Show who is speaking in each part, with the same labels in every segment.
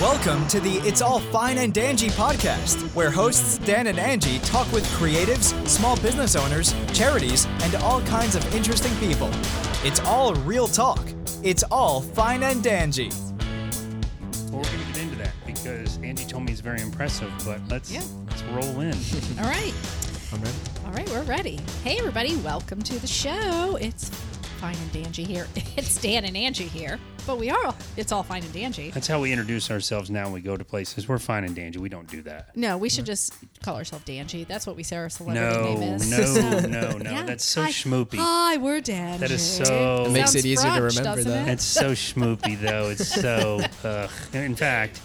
Speaker 1: Welcome to the It's All Fine and Dangy podcast, where hosts Dan and Angie talk with creatives, small business owners, charities, and all kinds of interesting people. It's all real talk. It's all fine and dangy.
Speaker 2: Well, we're going to get into that because Andy told me it's very impressive, but let's
Speaker 3: Yeah.
Speaker 2: let's roll in.
Speaker 3: All right. All right, we're ready. Hey, everybody, welcome to the show. It's Fine and Dangy here. It's Dan and Angie here, but we are, it's all Fine and Dangy.
Speaker 2: That's how we introduce ourselves now when we go to places. We're fine and danger. We don't do that.
Speaker 3: No, we should just call ourselves Dangy. That's what we say our celebrity
Speaker 2: No,
Speaker 3: name is.
Speaker 2: no, no, no.
Speaker 3: Yeah.
Speaker 2: That's so
Speaker 3: Hi.
Speaker 2: schmoopy.
Speaker 3: Hi, we're Dangy.
Speaker 2: That is so- It
Speaker 3: Sounds
Speaker 1: makes it easier to
Speaker 3: French,
Speaker 1: remember,
Speaker 3: doesn't
Speaker 1: though.
Speaker 3: it?
Speaker 2: That's so schmoopy, though. It's so. Uh, in fact,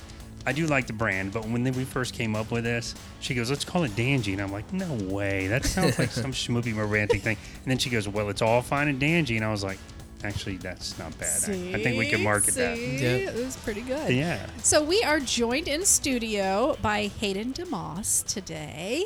Speaker 2: I do like the brand, but when we first came up with this, she goes, "Let's call it Dangy," and I'm like, "No way. That sounds like some schmoopy romantic thing." And then she goes, "Well, it's all fine and Dangy," and I was like, "Actually, that's not bad. I, I think we can market
Speaker 3: See?
Speaker 2: that."
Speaker 3: It was pretty good.
Speaker 2: Yeah.
Speaker 3: So we are joined in studio by Hayden DeMoss today,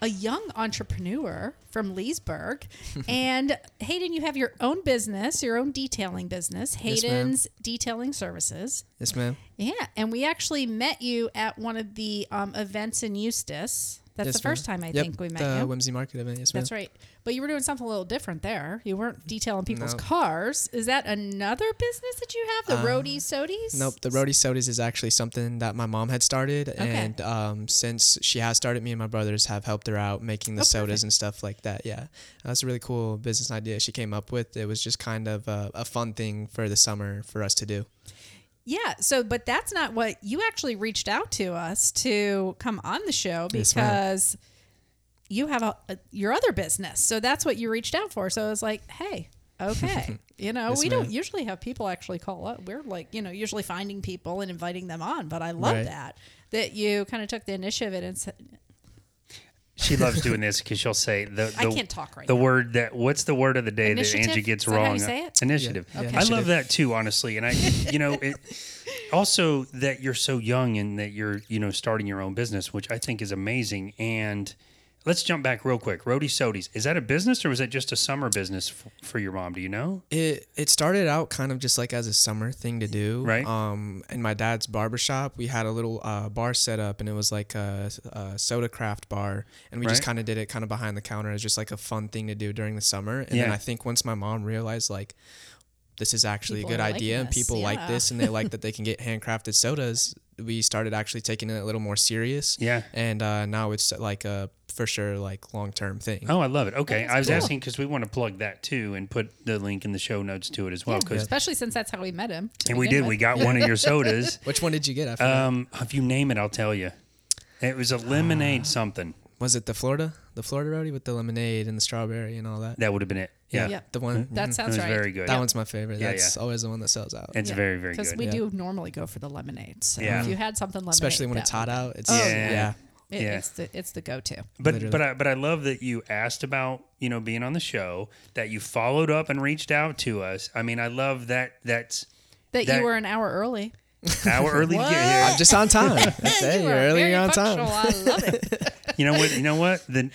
Speaker 3: a young entrepreneur from Leesburg. and Hayden, you have your own business, your own detailing business,
Speaker 1: Yes, ma'am.
Speaker 3: Hayden's Detailing Services.
Speaker 1: Yes, ma'am.
Speaker 3: Yeah, and we actually met you at one of the um, events in Eustis. That's the first time I think we met you.
Speaker 1: Whimsy Market event. Yes,
Speaker 3: That's right. But you were doing something a little different there. You weren't detailing people's
Speaker 1: No. Um,
Speaker 3: cars. Is that another business that you have? The roadies, sodies?
Speaker 4: Nope, the roadie sodas is actually something that my mom had started, and um, since she has started, me and my brothers have helped her out making the
Speaker 3: Oh,
Speaker 4: sodas
Speaker 3: perfect.
Speaker 4: and stuff like that. Yeah, that's a really cool business idea she came up with. It was just kind of a, a fun thing for the summer for us to do.
Speaker 3: Yeah. So, but that's not what you actually reached out to us to come on the show
Speaker 4: Yes, ma'am.
Speaker 3: because you have a, a- your other business. So that's what you reached out for. So I was like, hey, okay. you know,
Speaker 4: Yes,
Speaker 3: we don't
Speaker 4: ma'am.
Speaker 3: usually have people actually call up. We're like, you know, usually finding people and inviting them on. But I love
Speaker 4: Right.
Speaker 3: that that you kind of took the initiative and said,
Speaker 2: She loves doing this because she'll say the, the
Speaker 3: I can't talk right
Speaker 2: the
Speaker 3: now.
Speaker 2: word that what's the word of the day
Speaker 3: Initiative?
Speaker 2: that Angie gets
Speaker 3: Is that how you
Speaker 2: wrong
Speaker 3: say it?
Speaker 2: initiative
Speaker 4: Yeah, yeah,
Speaker 2: I
Speaker 4: initiative.
Speaker 2: love that too honestly and I you know it also that you're so young and that you're you know starting your own business which I think is amazing and let's jump back real quick Rody Sodies is that a business or was that just a summer business f- for your mom do you know
Speaker 4: It it started out kind of just like as a summer thing to do.
Speaker 2: Right.
Speaker 4: Um, in my dad's barbershop, we had a little uh, bar set up, and it was like a, a soda craft bar, and we just
Speaker 2: Right.
Speaker 4: kind of did it kind of behind the counter as just like a fun thing to do during the summer. And then
Speaker 2: Yeah.
Speaker 4: I think once my mom realized like. This is actually
Speaker 3: People
Speaker 4: a good
Speaker 3: are liking
Speaker 4: idea, and
Speaker 3: this,
Speaker 4: people
Speaker 3: yeah.
Speaker 4: like this, and they like that they can get handcrafted sodas. We started actually taking it a little more serious,
Speaker 2: Yeah.
Speaker 4: And uh, now it's like a for sure like long term thing.
Speaker 2: Oh, I love it. Okay,
Speaker 3: That's
Speaker 2: I was
Speaker 3: cool.
Speaker 2: asking because we want to plug that too and put the link in the show notes to it as well. Because
Speaker 3: especially since that's how we met him. to
Speaker 2: and we
Speaker 3: begin
Speaker 2: did, we
Speaker 3: with.
Speaker 2: got one of your sodas.
Speaker 4: Which one did you get? I forgot.
Speaker 2: Um, if you name it, I'll tell you. It was a lemonade something.
Speaker 4: Was it the Florida, the Florida roadie with the lemonade and the strawberry and all that?
Speaker 2: That would have been it. Yeah,
Speaker 3: Yeah.
Speaker 4: the one. mhm.
Speaker 3: That
Speaker 2: mm-hmm. it
Speaker 3: sounds
Speaker 2: was
Speaker 3: right.
Speaker 2: very good.
Speaker 4: that one's my favorite.
Speaker 2: Yeah,
Speaker 4: That's
Speaker 2: yeah.
Speaker 4: always the one that sells out,
Speaker 2: It's very very
Speaker 3: Because
Speaker 2: good.
Speaker 3: we
Speaker 4: Yeah.
Speaker 3: do normally go for the lemonade. So
Speaker 2: Yeah.
Speaker 3: if you had something lemonade,
Speaker 4: especially when
Speaker 3: that
Speaker 4: it's
Speaker 3: would
Speaker 4: hot out. It's
Speaker 3: Oh,
Speaker 2: yeah.
Speaker 4: yeah.
Speaker 3: It,
Speaker 2: Yeah.
Speaker 3: It's the it's the go to.
Speaker 2: but
Speaker 4: literally.
Speaker 2: but I, but I love that you asked about you know being on the show that you followed up and reached out to us. I mean, I love that that's
Speaker 3: That,
Speaker 2: That-
Speaker 3: you were an hour early.
Speaker 2: our early to get here.
Speaker 4: I'm just on time. That's it.
Speaker 3: You
Speaker 4: You're
Speaker 3: are
Speaker 4: early.
Speaker 3: very
Speaker 4: You're on
Speaker 3: punctual.
Speaker 4: time.
Speaker 3: I love it.
Speaker 2: You know what? You know what? The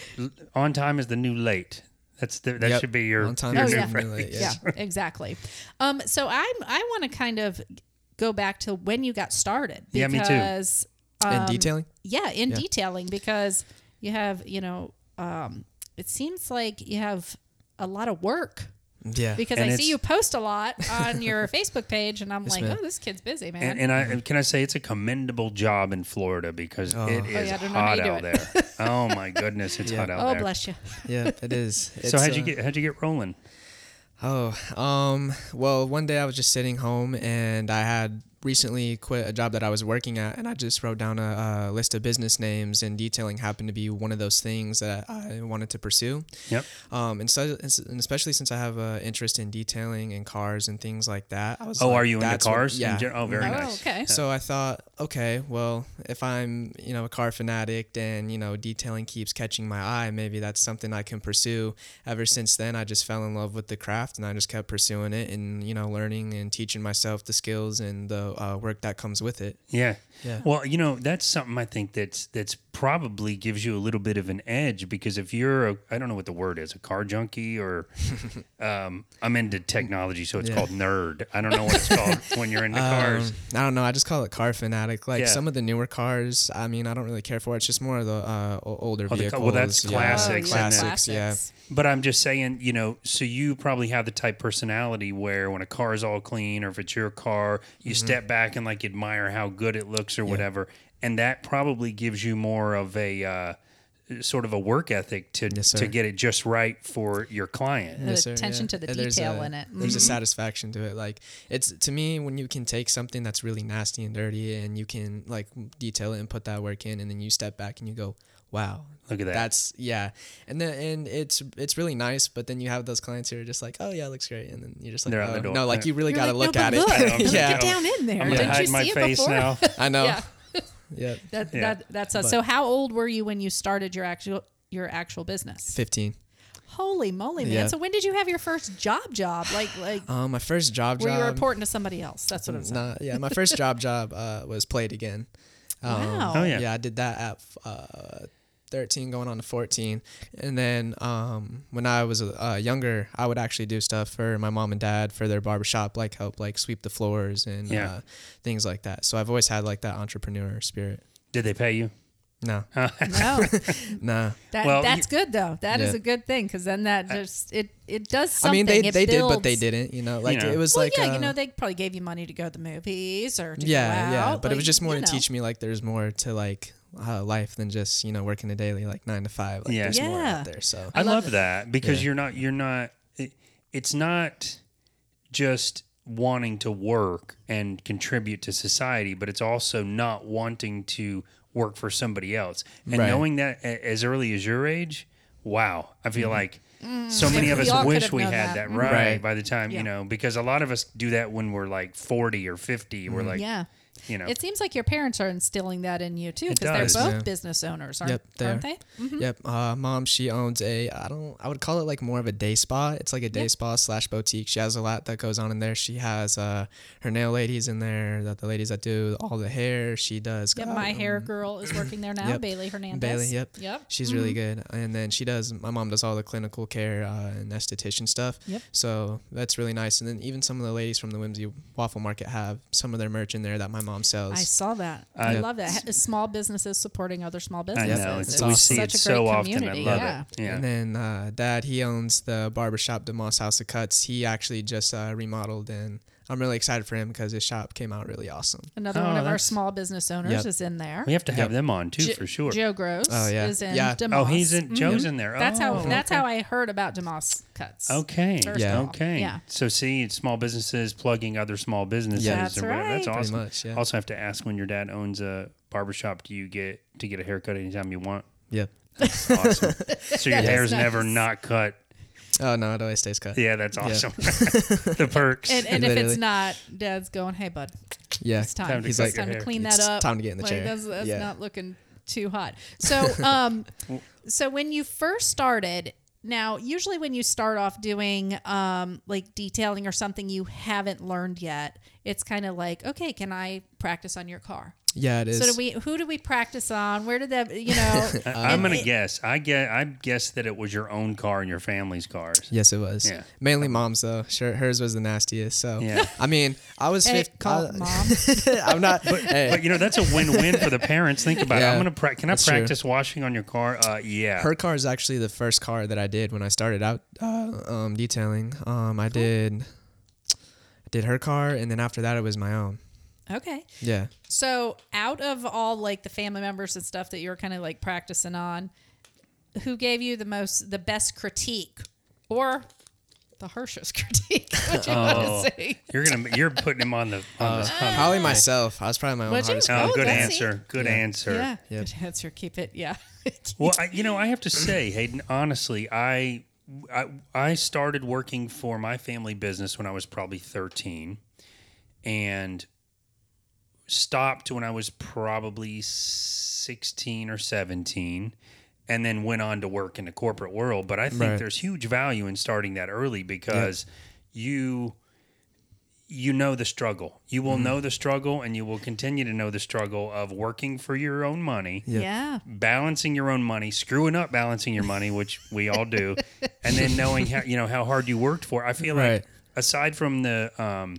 Speaker 2: on time is the new late. That's the, that
Speaker 4: Yep.
Speaker 2: should be your
Speaker 4: On time
Speaker 2: your
Speaker 3: is
Speaker 2: new
Speaker 3: the new
Speaker 2: phrase.
Speaker 4: late,
Speaker 3: Oh, yeah, exactly. Um, so I'm I want to kind of go back to when you got started.
Speaker 2: Yeah, me too.
Speaker 3: Because,
Speaker 4: and
Speaker 3: Um,
Speaker 4: detailing.
Speaker 3: yeah, in
Speaker 4: Yeah.
Speaker 3: detailing because you have you know um, it seems like you have a lot of work
Speaker 4: Yeah.
Speaker 3: because
Speaker 2: And
Speaker 3: I
Speaker 2: it's-
Speaker 3: see you post a lot on your Facebook page and I'm like,
Speaker 4: ma'am.
Speaker 3: oh, this kid's busy, man.
Speaker 2: And, and I and can I say it's a commendable job in Florida because it is
Speaker 3: Oh, yeah, I don't know how
Speaker 2: hot
Speaker 3: you do
Speaker 2: out
Speaker 3: it.
Speaker 2: there. Oh my goodness, it's hot out
Speaker 3: oh,
Speaker 2: there.
Speaker 3: bless you.
Speaker 4: Yeah, it is.
Speaker 2: So
Speaker 4: It's,
Speaker 2: how'd you
Speaker 4: uh,
Speaker 2: get how'd you get rolling?
Speaker 4: Oh, um, well, one day I was just sitting home and I had recently quit a job that I was working at, and I just wrote down a, a list of business names, and detailing happened to be one of those things that I wanted to pursue.
Speaker 2: Yep.
Speaker 4: Um, and, so, and s- and especially since I have an interest in detailing and cars and things like that, I was.
Speaker 2: Oh,
Speaker 4: like,
Speaker 2: are you into
Speaker 4: that's what-
Speaker 2: cars? in
Speaker 4: yeah.
Speaker 2: gen- oh, very
Speaker 3: Oh,
Speaker 2: nice.
Speaker 3: okay.
Speaker 4: So I thought, okay, well, if I'm, you know, a car fanatic and, you know, detailing keeps catching my eye, maybe that's something I can pursue. Ever since then, I just fell in love with the craft and I just kept pursuing it and, you know, learning and teaching myself the skills and the uh, work that comes with it.
Speaker 2: Yeah.
Speaker 4: Yeah.
Speaker 2: Well, you know, that's something I think that's that's probably gives you a little bit of an edge because if you're a I don't know what the word is, a car junkie or um I'm into technology so it's called nerd. I don't know what it's called when you're into cars.
Speaker 4: Um, I don't know. I just call it car fanatic. fanatic. Like
Speaker 2: Yeah.
Speaker 4: some of the newer cars, I mean, I don't really care for. It's just more of the uh, o- older
Speaker 2: Oh, the
Speaker 4: vehicles.
Speaker 2: co- well, that's
Speaker 4: yeah.
Speaker 2: classics,
Speaker 3: Oh, yeah,
Speaker 2: isn't it?
Speaker 4: Classics, yeah.
Speaker 2: But I'm just saying, you know, so you probably have the type personality where when a car is all clean or if it's your car, you
Speaker 4: Mm-hmm.
Speaker 2: step back and like admire how good it looks or whatever. And that probably gives you more of a uh, sort of a work ethic to
Speaker 4: Yes, sir.
Speaker 2: to get it just right for your client.
Speaker 3: The
Speaker 4: Yes, sir,
Speaker 3: attention
Speaker 4: yeah.
Speaker 3: to the
Speaker 4: Uh, there's
Speaker 3: detail
Speaker 4: a-
Speaker 3: in it. Mm-hmm.
Speaker 4: There's a satisfaction to it. Like it's to me when you can take something that's really nasty and dirty and you can like detail it and put that work in, and then you step back and you go, "Wow,
Speaker 2: Look at that.
Speaker 4: That's yeah." And then and it's it's really nice, but then you have those clients who are just like, "Oh yeah, it looks great," and then you're just like,
Speaker 2: They're out the
Speaker 4: "Oh,
Speaker 2: door.
Speaker 4: "No, like you really
Speaker 3: You're
Speaker 4: got to
Speaker 3: like,
Speaker 4: look
Speaker 3: no,
Speaker 4: at
Speaker 3: but
Speaker 4: it."
Speaker 3: Look,
Speaker 4: Yeah.
Speaker 3: Get down in there.
Speaker 2: I'm gonna
Speaker 3: Didn't
Speaker 2: hide
Speaker 3: you
Speaker 2: my
Speaker 3: see
Speaker 2: face
Speaker 3: it before?
Speaker 2: now.
Speaker 4: I know.
Speaker 3: Yeah.
Speaker 4: Yep.
Speaker 3: That,
Speaker 2: Yeah.
Speaker 3: that that's us. so how old were you when you started your actual your actual business?
Speaker 4: Fifteen.
Speaker 3: Holy moly, man!
Speaker 4: Yeah.
Speaker 3: So when did you have your first job? Job like like
Speaker 4: Um, my first job.
Speaker 3: were you
Speaker 4: job,
Speaker 3: reporting to somebody else? That's what I'm saying.
Speaker 4: Nah, yeah, my first job job uh, was played again.
Speaker 3: wow.
Speaker 2: Oh, yeah.
Speaker 4: yeah. I did that at uh, 13, going on to 14. And then um, when I was uh, younger, I would actually do stuff for my mom and dad for their barbershop, like help like sweep the floors and
Speaker 2: Yeah.
Speaker 4: uh, things like that. So I've always had like that entrepreneur spirit.
Speaker 2: Did they pay you?
Speaker 4: No,
Speaker 3: No,
Speaker 4: no.
Speaker 3: that,
Speaker 2: Well,
Speaker 3: that's good though. That is
Speaker 4: Yeah.
Speaker 3: a good thing because then that just it it does something.
Speaker 4: I mean, they,
Speaker 3: It
Speaker 4: they did, but
Speaker 3: builds-
Speaker 4: they didn't, you know, like
Speaker 2: know.
Speaker 4: it was
Speaker 3: Well,
Speaker 4: like,
Speaker 3: yeah,
Speaker 4: uh,
Speaker 3: you know, they probably gave you money to go to the movies or to
Speaker 4: yeah,
Speaker 3: go
Speaker 4: yeah.
Speaker 3: out,
Speaker 4: But it was
Speaker 3: like,
Speaker 4: just more
Speaker 3: you
Speaker 4: to
Speaker 3: know.
Speaker 4: teach me like there's more to like uh, life than just, you know, working a daily like nine to five. Like
Speaker 2: Yeah.
Speaker 4: there's more
Speaker 3: Yeah.
Speaker 4: out there. So
Speaker 2: I,
Speaker 3: love
Speaker 2: love that because you're not you're not it, it's not just wanting to work and contribute to society, but it's also not wanting to work for somebody else. And
Speaker 4: Right.
Speaker 2: knowing that a- as early as your age, wow, I feel like so many of
Speaker 3: We
Speaker 2: us
Speaker 3: all could
Speaker 2: wish
Speaker 3: have
Speaker 2: we
Speaker 3: Mm. known
Speaker 2: had
Speaker 3: that. Mm-hmm.
Speaker 2: that, right,
Speaker 4: Mm-hmm. Right.
Speaker 2: by the time,
Speaker 3: Yeah.
Speaker 2: you know, because a lot of us do that when we're like 40 or 50,
Speaker 4: Mm-hmm.
Speaker 2: we're like,
Speaker 3: Yeah.
Speaker 2: you know,
Speaker 3: It seems like your parents are instilling that in you too,
Speaker 2: It does.
Speaker 3: because they're both
Speaker 4: Yeah.
Speaker 3: business owners, aren't,
Speaker 4: Yep, they
Speaker 3: aren't
Speaker 4: are.
Speaker 3: they? Mm-hmm.
Speaker 4: Yep. Uh, mom, she owns a, I don't, I would call it like more of a day spa. It's like a day
Speaker 3: Yep.
Speaker 4: spa slash boutique. She has a lot that goes on in there. She has uh, her nail ladies in there, that the ladies that do all the hair. She does.
Speaker 3: Yep,
Speaker 4: God,
Speaker 3: my
Speaker 4: um,
Speaker 3: hair girl is working there now,
Speaker 4: Yep.
Speaker 3: Bailey Hernandez.
Speaker 4: Bailey, yep.
Speaker 3: Yep. Mm-hmm.
Speaker 4: She's really good. And then she does, my mom does all the clinical care uh, and esthetician stuff.
Speaker 3: Yep.
Speaker 4: So that's really nice. And then even some of the ladies from the Whimsy Waffle Market have some of their merch in there that my mom sells.
Speaker 3: I saw that. I love that. Ha- Small businesses supporting other small
Speaker 2: I
Speaker 3: businesses.
Speaker 2: know. It's,
Speaker 4: It's
Speaker 2: we
Speaker 4: awesome.
Speaker 2: see it
Speaker 3: such a
Speaker 2: so
Speaker 3: great
Speaker 2: often. I
Speaker 3: community,
Speaker 2: love
Speaker 3: yeah.
Speaker 2: it. Yeah.
Speaker 4: And then uh, dad, he owns the barbershop DeMoss House of Cuts. He actually just uh, remodeled, and I'm really excited for him because his shop came out really awesome.
Speaker 3: Another
Speaker 2: Oh,
Speaker 3: one of our
Speaker 2: that's-
Speaker 3: small business owners
Speaker 4: Yep.
Speaker 3: is in there.
Speaker 2: we have to have
Speaker 4: Yep.
Speaker 2: them on too,
Speaker 3: Jo-
Speaker 2: for sure.
Speaker 3: Joe Gross
Speaker 4: Oh, yeah.
Speaker 3: is in
Speaker 4: Yeah.
Speaker 3: DeMoss.
Speaker 2: oh, he's in, Joe's in there.
Speaker 3: Mm-hmm. That's how
Speaker 2: Oh,
Speaker 3: that's how I heard about DeMoss cuts.
Speaker 2: Okay.
Speaker 3: First
Speaker 4: Yeah.
Speaker 3: of all.
Speaker 2: Okay.
Speaker 3: Yeah.
Speaker 2: So see, it's small businesses plugging other small businesses.
Speaker 4: Yeah.
Speaker 3: That's
Speaker 2: or whatever. That's
Speaker 3: right.
Speaker 4: Pretty
Speaker 2: awesome.
Speaker 4: much, yeah.
Speaker 2: Also, have to ask when your dad owns a barbershop, do you get to get a haircut anytime you want?
Speaker 4: Yep.
Speaker 2: Awesome. so your hair's
Speaker 3: nice.
Speaker 2: never not cut.
Speaker 4: Oh no, it always stays cut. Yeah,
Speaker 2: Yeah, that's awesome. the perks.
Speaker 3: And, and if
Speaker 4: Literally.
Speaker 3: it's not, Dad's going, "Hey, bud, it's time.
Speaker 2: Time to
Speaker 3: It's
Speaker 2: cut your
Speaker 3: time to
Speaker 2: hair.
Speaker 3: clean
Speaker 4: It's
Speaker 3: that up.
Speaker 4: time to get in the
Speaker 3: like,
Speaker 4: chair.
Speaker 3: That's, that's
Speaker 4: Yeah.
Speaker 3: not looking too hot. So, um, so when you first started, now usually when you start off doing um, like detailing or something you haven't learned yet, it's kind of like, okay, can I practice on your car?
Speaker 4: yeah, it is.
Speaker 3: So do we? Who do we practice on? Where did that? You know,
Speaker 2: I- I'm
Speaker 3: and
Speaker 2: gonna
Speaker 3: it-
Speaker 2: guess. I get. I guess that it was your own car and your family's cars.
Speaker 4: Yes, it was.
Speaker 2: Yeah.
Speaker 4: Mainly mom's though. Sure, hers was the nastiest. So
Speaker 2: Yeah.
Speaker 4: I mean, I was
Speaker 3: Hey,
Speaker 4: 15.
Speaker 3: call mom.
Speaker 4: I'm not. hey,
Speaker 2: But you know that's a win-win for the parents. Think about it.
Speaker 4: Yeah.
Speaker 2: I'm gonna. Pra- can I
Speaker 4: That's true.
Speaker 2: practice washing on your car? Uh, yeah.
Speaker 4: her car is actually the first car that I did when I started out uh, um, detailing. Um, I did did her car, and then after that, it was my own.
Speaker 3: Okay.
Speaker 4: Yeah.
Speaker 3: So out of all like the family members and stuff that you were kind of like practicing on, who gave you the most the best critique or the harshest critique? What you
Speaker 2: Oh.
Speaker 3: want to say?
Speaker 2: You're gonna. You're putting him on the. On
Speaker 4: Uh,
Speaker 2: the on the-
Speaker 4: Probably myself. I was probably my own
Speaker 3: Would you?
Speaker 4: hardest.
Speaker 2: Oh,
Speaker 3: Oh,
Speaker 2: good
Speaker 3: that's
Speaker 2: answer. Good answer.
Speaker 3: Yeah,
Speaker 4: Yep.
Speaker 3: good answer. Keep it. Yeah.
Speaker 2: Well, I, you know, I have to say, Hayden, honestly, I, I I started working for my family business when I was probably 13 and stopped when I was probably 16 or 17 and then went on to work in the corporate world, but I think
Speaker 4: Right.
Speaker 2: there's huge value in starting that early because you you know the struggle. You will know the struggle and you will continue to know the struggle of working for your own money
Speaker 3: Yeah.
Speaker 2: balancing your own money, screwing up balancing your money, which we all do, and then knowing how you know how hard you worked for. I feel
Speaker 4: Right.
Speaker 2: like aside from the um,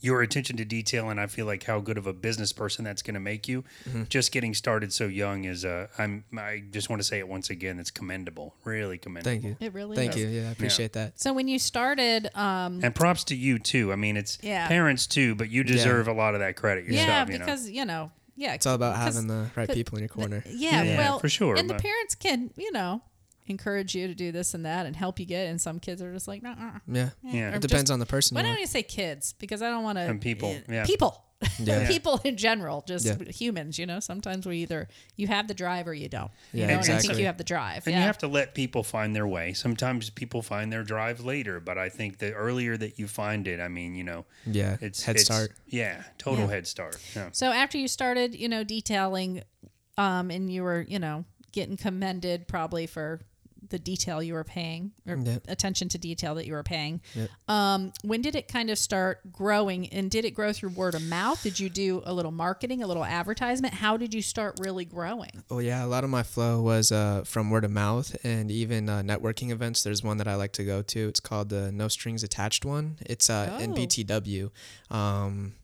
Speaker 2: your attention to detail and I feel like how good of a business person that's going to make you.
Speaker 4: Mm-hmm.
Speaker 2: Just getting started so young is uh, I'm I just want to say it once again. It's commendable, really commendable.
Speaker 4: Thank you.
Speaker 3: It really
Speaker 4: Thank
Speaker 3: is.
Speaker 4: you. Yeah, I appreciate that.
Speaker 3: So when you started, um,
Speaker 2: And props to you too. I mean, it's
Speaker 3: Yeah.
Speaker 2: parents too, but you deserve a lot of that credit yourself.
Speaker 3: yeah,
Speaker 2: you know?
Speaker 3: because you know, yeah,
Speaker 4: It's all about having the right people in your corner.
Speaker 3: Yeah,
Speaker 2: Yeah,
Speaker 3: well,
Speaker 2: for sure,
Speaker 3: And the
Speaker 2: but-
Speaker 3: parents can, you know, encourage you to do this and that and help you get. And some kids are just like, nah.
Speaker 4: Yeah.
Speaker 2: Yeah.
Speaker 4: It depends on the person.
Speaker 3: Why
Speaker 4: you
Speaker 3: don't
Speaker 4: are.
Speaker 3: I say kids? Because I don't want to.
Speaker 2: And people, yeah.
Speaker 3: People.
Speaker 4: Yeah.
Speaker 3: people in general, just
Speaker 4: Yeah.
Speaker 3: humans. You know, sometimes we either you have the drive or you don't.
Speaker 4: Yeah,
Speaker 3: you know, and I think
Speaker 4: exactly.
Speaker 3: you have the drive.
Speaker 2: And
Speaker 3: yeah.
Speaker 2: you have to let people find their way. Sometimes people find their drive later, but I think the earlier that you find it, I mean, you know,
Speaker 4: Yeah,
Speaker 2: it's
Speaker 4: head
Speaker 2: it's-
Speaker 4: start.
Speaker 2: Yeah, total head start. Yeah.
Speaker 3: So after you started, you know, detailing, um, and you were, you know, getting commended probably for the detail you were paying or
Speaker 4: Yep.
Speaker 3: attention to detail that you were paying. Um, when did it kind of start growing and did it grow through word of mouth? Did you do a little marketing, a little advertisement? How did you start really growing?
Speaker 4: Well, yeah, a lot of my flow was uh, from word of mouth and even uh, networking events. There's one that I like to go to. It's called the No Strings Attached one. It's uh,
Speaker 3: Oh.
Speaker 4: NBTW. Um,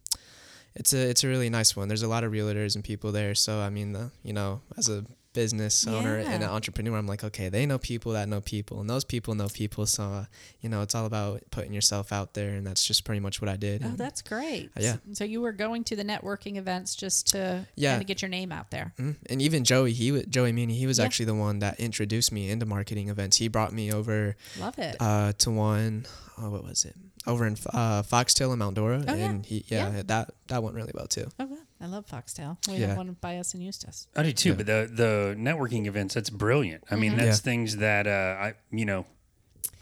Speaker 4: it's a it's a really nice one. There's a lot of realtors and people there. So I mean, the, you know, as a business owner and an
Speaker 3: Yeah.
Speaker 4: entrepreneur, I'm like, okay, they know people that know people, and those people know people. So uh, you know, it's all about putting yourself out there, and that's just pretty much what I did.
Speaker 3: Oh,
Speaker 4: And-
Speaker 3: that's great.
Speaker 4: Yeah.
Speaker 3: So you were going to the networking events just to
Speaker 4: Yeah.
Speaker 3: kind of get your name out there.
Speaker 4: Mhm. And even Joey, he wa Joey Meany, he was
Speaker 3: Yeah.
Speaker 4: actually the one that introduced me into marketing events. He brought me over
Speaker 3: Love it.
Speaker 4: uh, to one, oh, what was it? Over in uh, Foxtail and Mount Dora,
Speaker 3: Oh, yeah.
Speaker 4: and he, yeah, that that went really well too.
Speaker 3: oh, wow. I love Foxtail. We
Speaker 4: Yeah.
Speaker 3: have one by us in Eustis.
Speaker 2: I do too, but the the networking events that's brilliant. I mean,
Speaker 3: Mm-hmm.
Speaker 2: that's
Speaker 4: Yeah.
Speaker 2: things that uh, I you know,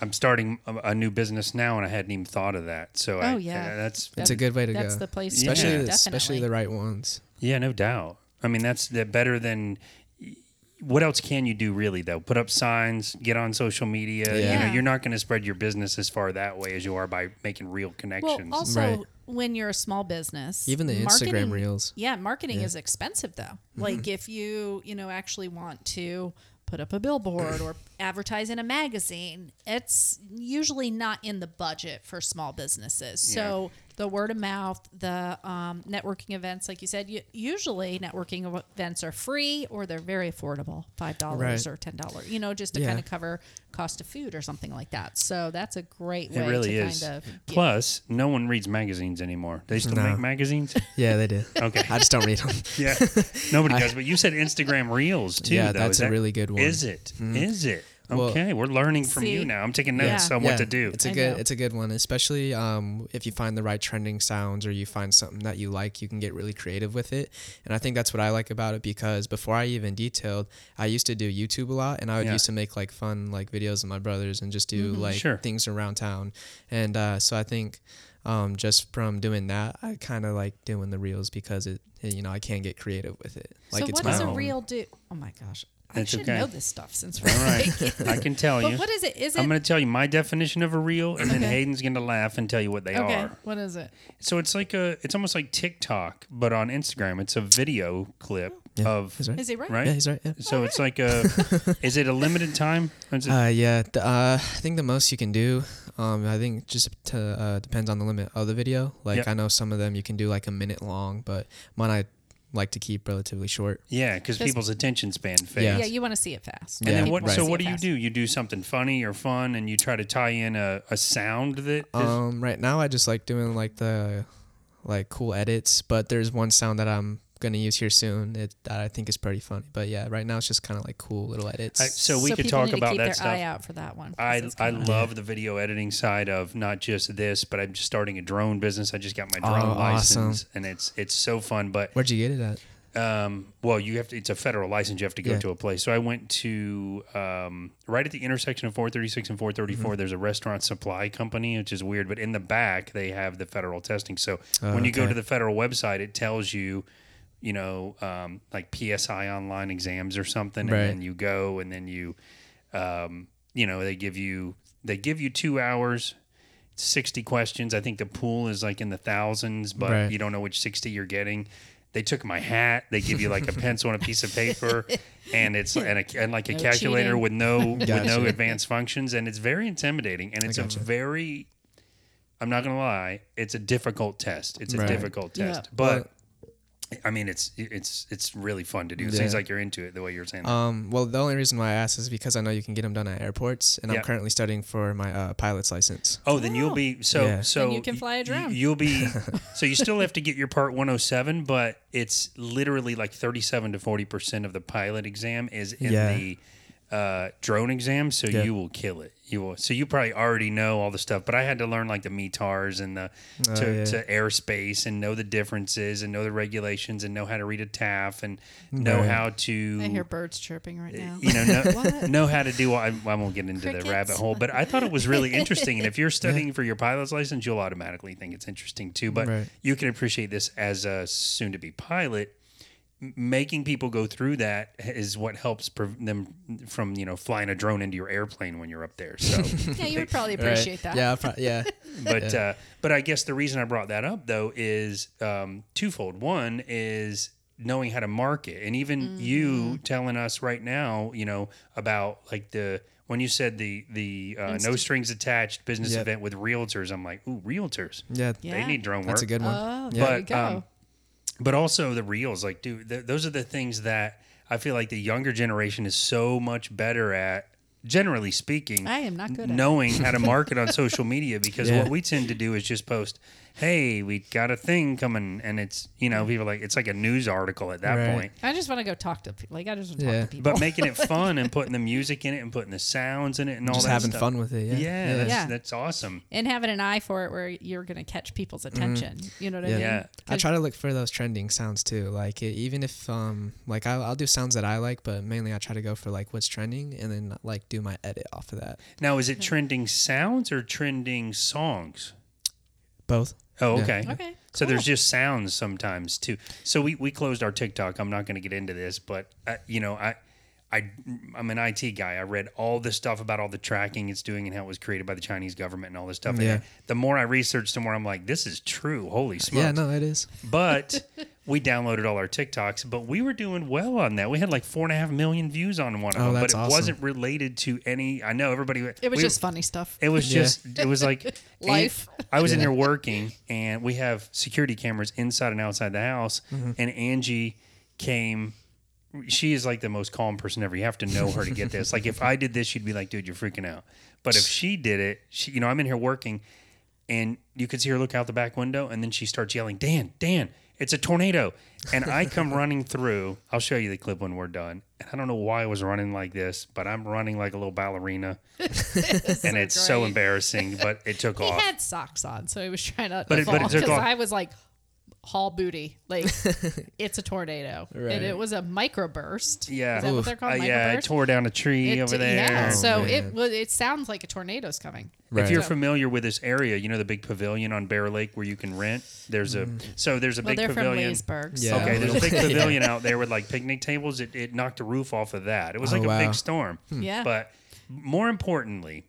Speaker 2: I'm starting a, a new business now, and I hadn't even thought of that. So I,
Speaker 3: Oh, yeah.
Speaker 2: that's
Speaker 4: It's a good way to
Speaker 3: That's
Speaker 4: go.
Speaker 3: the place to
Speaker 4: especially
Speaker 3: go,
Speaker 4: the, especially
Speaker 3: definitely.
Speaker 4: the right ones.
Speaker 2: Yeah, no doubt. I mean, that's the better than. What else can you do really though? Put up signs, get on social media. You
Speaker 3: Yeah.
Speaker 2: know, you're not going to spread your business as far that way as you are by making real
Speaker 3: Well,
Speaker 2: connections.
Speaker 3: also
Speaker 4: Right.
Speaker 3: when you're a small business,
Speaker 4: Even the Instagram
Speaker 3: marketing-
Speaker 4: reels.
Speaker 3: Yeah, marketing is expensive though.
Speaker 2: Mm-hmm.
Speaker 3: Like if you you know actually want to put up a billboard or advertise in a magazine, it's usually not in the budget for small businesses. So the word of mouth, the um, networking events, like you said, you, usually networking ev- events are free or they're very affordable, five dollars
Speaker 4: Right.
Speaker 3: or ten dollars. You know, just to
Speaker 4: Yeah.
Speaker 3: kind of cover cost of food or something like that. So that's a great way
Speaker 2: it really
Speaker 3: to
Speaker 2: is.
Speaker 3: kind of get
Speaker 2: Plus, no one reads magazines anymore. They still
Speaker 4: No.
Speaker 2: make magazines.
Speaker 4: Yeah, they do.
Speaker 2: Okay.
Speaker 4: I just don't read them.
Speaker 2: yeah, nobody does. But you said Instagram Reels too.
Speaker 4: Yeah,
Speaker 2: though.
Speaker 4: that's
Speaker 2: Is
Speaker 4: a really good one. Mm.
Speaker 2: Is it? Is it?
Speaker 4: Well-
Speaker 2: Okay, we're learning from you
Speaker 3: See?
Speaker 2: now. I'm taking notes
Speaker 3: Yeah.
Speaker 2: on what to do.
Speaker 4: It's a
Speaker 3: I
Speaker 4: good
Speaker 3: know.
Speaker 4: it's a good one, especially um, if you find the right trending sounds or you find something that you like, you can get really creative with it. And I think that's what I like about it because before I even detailed, I used to do YouTube a lot and I would
Speaker 2: Yeah.
Speaker 4: used to make like fun like videos of my brothers and just do
Speaker 3: Mm-hmm.
Speaker 4: like
Speaker 2: Sure.
Speaker 4: things around town. And uh, so I think um, just from doing that, I kind of like doing the reels because it you know I can get creative with it. Like
Speaker 3: so
Speaker 4: it's
Speaker 3: what
Speaker 4: my
Speaker 3: does a
Speaker 4: own.
Speaker 3: reel do? Oh my gosh, I
Speaker 2: That's
Speaker 3: should
Speaker 2: okay.
Speaker 3: know this stuff since we're.
Speaker 2: All right, I can tell you.
Speaker 3: But what is it? Is it
Speaker 2: I'm going to tell you my definition of a reel, and then
Speaker 3: Okay.
Speaker 2: Hayden's going to laugh and tell you what they
Speaker 3: okay?
Speaker 2: are.
Speaker 3: What is it?
Speaker 2: So it's like a, it's almost like TikTok, but on Instagram. It's a video clip of,
Speaker 4: He's right.
Speaker 3: Is it right?
Speaker 2: right?
Speaker 4: Yeah, he's right. Yeah.
Speaker 2: so it's like a, is it a limited time? Is it-
Speaker 4: Uh, yeah, th- uh, I think the most you can do, um, I think just to, uh, depends on the limit of the video. Like
Speaker 2: Yep.
Speaker 4: I know some of them you can do like a minute long, but mine I like to keep relatively short.
Speaker 2: yeah, because
Speaker 3: Just-
Speaker 2: people's attention span fades.
Speaker 4: Yeah.
Speaker 3: Yeah, you want to see it fast.
Speaker 2: And
Speaker 4: Yeah.
Speaker 2: then what?
Speaker 3: People
Speaker 2: So
Speaker 3: wanna
Speaker 2: what do
Speaker 3: see it
Speaker 2: you
Speaker 3: fast.
Speaker 2: do? You do something funny or fun, and you try to tie in a, a sound that is
Speaker 4: Um, right now I just like doing like the like cool edits, but there's one sound that I'm gonna use here soon it, that I think is pretty funny. But yeah, right now it's just kind of like cool little edits.
Speaker 2: I- so we could
Speaker 3: people
Speaker 2: talk
Speaker 3: need to
Speaker 2: about
Speaker 3: keep
Speaker 2: that
Speaker 3: their
Speaker 2: stuff.
Speaker 3: Eye out for that one. 'cause
Speaker 2: I
Speaker 3: it's
Speaker 2: I
Speaker 3: coming.
Speaker 2: love the video editing side of not just this, but I'm just starting a drone business. I just got my
Speaker 4: Oh,
Speaker 2: drone
Speaker 4: awesome.
Speaker 2: license, and it's it's so fun. But
Speaker 4: Where'd you get it at?
Speaker 2: um, well, you have to. It's a federal license. You have to go
Speaker 4: Yeah.
Speaker 2: to a place. So I went to um, right at the intersection of 436 and 434.
Speaker 4: Mm-hmm.
Speaker 2: There's a restaurant supply company, which is weird, but in the back they have the federal testing. So when you go
Speaker 4: Oh,
Speaker 2: to
Speaker 4: okay.
Speaker 2: the federal website, it tells you, you know, um, like PSI online exams or something,
Speaker 4: Right.
Speaker 2: and then you go, and then you, um, you know, they give you they give you two hours. 60 questions. I think the pool is like in the thousands, but
Speaker 4: Right.
Speaker 2: you don't know which 60 you're getting. They took my hat. They give you like a pencil and a piece of paper, and it's and, a, and like a calculator
Speaker 3: cheating.
Speaker 2: with no with no
Speaker 4: Gotcha.
Speaker 2: advanced functions, and it's very intimidating. And it's a very I'm not gonna lie, it's a difficult test. It's a
Speaker 4: Right.
Speaker 2: difficult
Speaker 3: Yeah.
Speaker 2: test, but I mean, it's it's it's really fun to do. It seems
Speaker 4: Yeah.
Speaker 2: like you're into it the way you're saying. that.
Speaker 4: Um, well, the only reason why I asked is because I know you can get them done at airports, and
Speaker 2: Yeah.
Speaker 4: I'm currently studying for my uh, pilot's license.
Speaker 2: Oh, then you'll be so
Speaker 4: Yeah.
Speaker 2: so
Speaker 3: Then you can fly a
Speaker 2: y-
Speaker 3: drone.
Speaker 2: You'll be so you still have to get your part 107, but it's literally like 37 to 40 percent of the pilot exam is in
Speaker 4: Yeah.
Speaker 2: the uh, drone exam. So
Speaker 4: Yeah.
Speaker 2: you will kill it. You will. So you probably already know all the stuff, but I had to learn like the METARs and the to,
Speaker 4: Oh, yeah.
Speaker 2: to airspace and know the differences and know the regulations and know how to read a TAF and know
Speaker 4: Right.
Speaker 2: how to
Speaker 3: I hear birds chirping right now.
Speaker 2: you know, know,
Speaker 3: What?
Speaker 2: know how to do. I, I won't get into the
Speaker 3: Crickets?
Speaker 2: rabbit hole, but I thought it was really interesting. And if you're studying for your pilot's license, you'll automatically think it's interesting too. But
Speaker 4: Right.
Speaker 2: you can appreciate this as a soon-to-be pilot. M- Making people go through that is what helps prev- them from you know flying a drone into your airplane when you're up there. So,
Speaker 3: yeah, you would probably appreciate that.
Speaker 4: Yeah, I'll pro- yeah,
Speaker 2: but uh, but I guess the reason I brought that up though is um, twofold. One is knowing how to market, and even you telling us right now, you know, about like the when you said the the uh, no strings attached business
Speaker 4: Yep.
Speaker 2: event with realtors, I'm like, ooh, realtors,
Speaker 4: yeah.
Speaker 2: they
Speaker 3: Yeah.
Speaker 2: need drone work.
Speaker 4: That's a good one.
Speaker 3: Oh,
Speaker 4: Yeah.
Speaker 3: there you
Speaker 2: But,
Speaker 3: go.
Speaker 2: um, but also the reels like dude th- those are the things that i feel like the younger generation is so much better at generally speaking
Speaker 3: I am not good at
Speaker 2: knowing how to market on social media because
Speaker 4: Yeah.
Speaker 2: what we tend to do is just post hey we got a thing coming and it's you know people are like it's like a news article at that
Speaker 4: Right.
Speaker 2: point
Speaker 3: I just want to go talk to people. Like I just want to
Speaker 4: Yeah.
Speaker 3: talk to people.
Speaker 2: but making it fun and putting the music in it and putting the sounds in it and all
Speaker 4: Just
Speaker 2: that
Speaker 4: having
Speaker 2: stuff.
Speaker 4: fun with it. Yeah.
Speaker 2: yeah, that's,
Speaker 3: Yeah.
Speaker 2: that's awesome
Speaker 3: and having an eye for it where you're going to catch people's attention. You know what I
Speaker 2: Mm-hmm.
Speaker 3: mean?
Speaker 2: Yeah.
Speaker 4: I try to look for those trending sounds too. Like it, even if um like I, I'll do sounds that I like, but mainly I try to go for like what's trending and then like do my edit off of that.
Speaker 2: now is it trending sounds or trending songs
Speaker 4: Both.
Speaker 2: oh
Speaker 4: Yeah.
Speaker 2: okay
Speaker 3: Okay.
Speaker 2: So there's
Speaker 3: cool.
Speaker 2: just sounds sometimes too. So we, we closed our TikTok. I'm not going to get into this, but uh, you know, I, I, I'm an IT guy. I read all the stuff about all the tracking it's doing and how it was created by the Chinese government and all this stuff. And
Speaker 4: Yeah.
Speaker 2: the more I researched, the more I'm like, this is true. Holy smokes!
Speaker 4: Yeah, no, it is.
Speaker 2: But we downloaded all our TikToks, but we were doing well on that. We had like four and a half million views on one of
Speaker 4: Oh,
Speaker 2: them, but
Speaker 4: that's
Speaker 2: it
Speaker 4: awesome.
Speaker 2: wasn't related to any. I know everybody.
Speaker 3: it was
Speaker 2: we-
Speaker 3: just funny stuff.
Speaker 2: it was
Speaker 4: Yeah.
Speaker 2: just it was like
Speaker 3: Life.
Speaker 2: An- I was in there working, and we have security cameras inside and outside the house. And Angie came. She is like the most calm person ever. You have to know her to get this. like if I did this, she'd be like, "Dude, you're freaking out." But if she did it, she, you know, I'm in here working, and you could see her look out the back window, and then she starts yelling, "Dan, Dan!" It's a tornado. And I come running through. I'll show you the clip when we're done. And I don't know why I was running like this, but I'm running like a little ballerina and it's so
Speaker 3: great.
Speaker 2: embarrassing, but it took
Speaker 3: He
Speaker 2: off.
Speaker 3: had socks on, so he was trying not
Speaker 2: But
Speaker 3: to
Speaker 2: it- but
Speaker 3: fall
Speaker 2: it took
Speaker 3: because
Speaker 2: off.
Speaker 3: I was like, haul booty. Like, it's a tornado.
Speaker 4: Right.
Speaker 3: And it was a microburst.
Speaker 2: yeah,
Speaker 3: Is that what they're
Speaker 2: Uh,
Speaker 3: called?
Speaker 2: yeah, I
Speaker 3: microburst?
Speaker 2: tore down a tree
Speaker 3: It-
Speaker 2: over there. Oh,
Speaker 3: Yeah, so
Speaker 4: man.
Speaker 3: it was. It sounds like a tornado's coming.
Speaker 4: Right.
Speaker 2: If you're
Speaker 3: So-
Speaker 2: familiar with this area, you know the big pavilion on Bear Lake where you can rent. There's a so there's a
Speaker 3: Well,
Speaker 2: big
Speaker 3: they're from
Speaker 2: pavilion.
Speaker 3: Leesburg.
Speaker 4: Mm. Yeah.
Speaker 3: so-
Speaker 2: Okay, there's a big
Speaker 4: Yeah.
Speaker 2: pavilion out there with like picnic tables. It, it knocked the roof off of that. It was
Speaker 4: Oh,
Speaker 2: like a
Speaker 4: wow. Hmm.
Speaker 2: big storm.
Speaker 3: Yeah.
Speaker 2: Mm. But more importantly,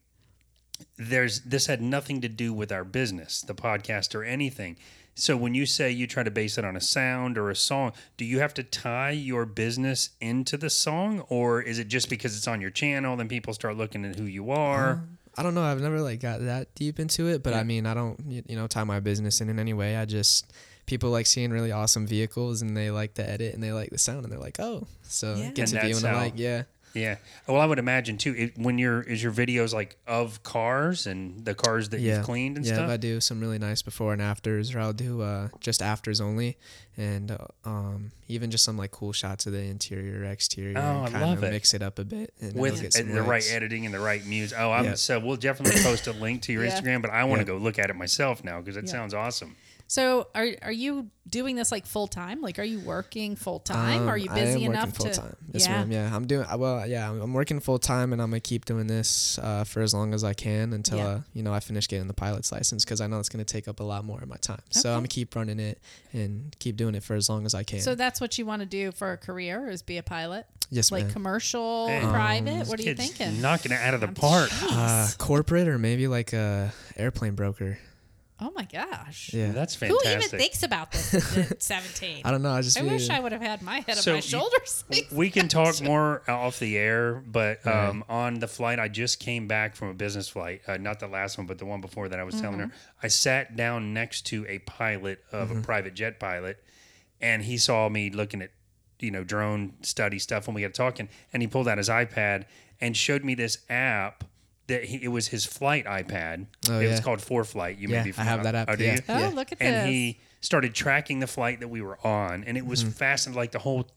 Speaker 2: there's this had nothing to do with our business, the podcast or anything. So when you say you try to base it on a sound or a song, do you have to tie your business into the song or is it just because it's on your channel then people start looking at who you
Speaker 4: Um,
Speaker 2: are?
Speaker 4: I don't know. I've never like got that deep into it, but I mean, I don't y- you know tie my business in in any way. I just people like seeing really awesome vehicles and they like the edit and they like the sound and they're like, oh, so
Speaker 3: Yeah.
Speaker 4: it gets
Speaker 2: And
Speaker 4: a view
Speaker 2: that's
Speaker 4: and I
Speaker 2: how-
Speaker 4: like, yeah,
Speaker 2: Yeah. Well, I would imagine too it, when your is your videos like of cars and the cars that
Speaker 4: yeah,
Speaker 2: you've cleaned and
Speaker 4: yeah.
Speaker 2: stuff.
Speaker 4: If I do some really nice before and afters, or I'll do uh, just afters only, and uh, um, even just some like cool shots of the interior, exterior,
Speaker 2: Oh, I
Speaker 4: and kind
Speaker 2: love
Speaker 4: of
Speaker 2: it.
Speaker 4: mix it up a bit and then I'll
Speaker 2: with
Speaker 4: get some
Speaker 2: and the right
Speaker 4: likes.
Speaker 2: editing and the right music. Oh, I'm
Speaker 4: Yeah.
Speaker 2: so we'll definitely post a link to your
Speaker 3: Yeah.
Speaker 2: Instagram, but I want to go look at it myself now because it sounds awesome.
Speaker 3: So are are you doing this like full time? Like, are you working full time?
Speaker 4: Um,
Speaker 3: are you
Speaker 4: I
Speaker 3: busy
Speaker 4: am working
Speaker 3: enough to?
Speaker 4: full-time. Yes,
Speaker 3: yeah.
Speaker 4: ma'am. Yeah, I'm doing I- well. Yeah, I'm I'm working full time, and I'm gonna keep doing this uh, for as long as I can until
Speaker 3: Yeah.
Speaker 4: uh, you know I finish getting the pilot's license because I know it's gonna take up a lot more of my time. So I'm gonna keep running it and keep doing it for as long as I can.
Speaker 3: So that's what you want to do for a career is be a pilot,
Speaker 4: yes,
Speaker 3: like
Speaker 4: ma'am.
Speaker 3: commercial,
Speaker 2: Hey. Um,
Speaker 3: private. What are you
Speaker 2: Kids
Speaker 3: thinking?
Speaker 2: Knocking it out of the park.
Speaker 4: Uh, corporate or maybe like a airplane uh, broker.
Speaker 3: Oh my gosh.
Speaker 4: Yeah.
Speaker 2: That's
Speaker 3: Who
Speaker 2: fantastic.
Speaker 3: even thinks about this at 17?
Speaker 4: I don't know. I just
Speaker 3: I
Speaker 4: really-
Speaker 3: wish I would have had my head
Speaker 2: So
Speaker 3: on my
Speaker 2: you-
Speaker 3: shoulders.
Speaker 2: we can talk more uh, off the air, but um, on the flight, I just came back from a business flight. Uh, not the last one, but the one before that I was telling her.
Speaker 3: Mm-hmm.
Speaker 2: I sat down next to a pilot of
Speaker 4: Mm-hmm.
Speaker 2: a private jet pilot, and he saw me looking at, you know, drone study stuff when we got talking. And he pulled out his iPad and showed me this app that he, it was his flight iPad.
Speaker 4: Oh,
Speaker 2: it was
Speaker 4: yeah.
Speaker 2: called For Flight. You
Speaker 4: Yeah,
Speaker 2: may be
Speaker 4: I have that app,
Speaker 2: Oh, do
Speaker 4: yeah.
Speaker 2: you?
Speaker 3: Oh,
Speaker 4: Yeah.
Speaker 3: look at
Speaker 2: and
Speaker 3: this.
Speaker 2: he started tracking the flight that we were on and it
Speaker 4: Mm-hmm.
Speaker 2: was fascinating like the whole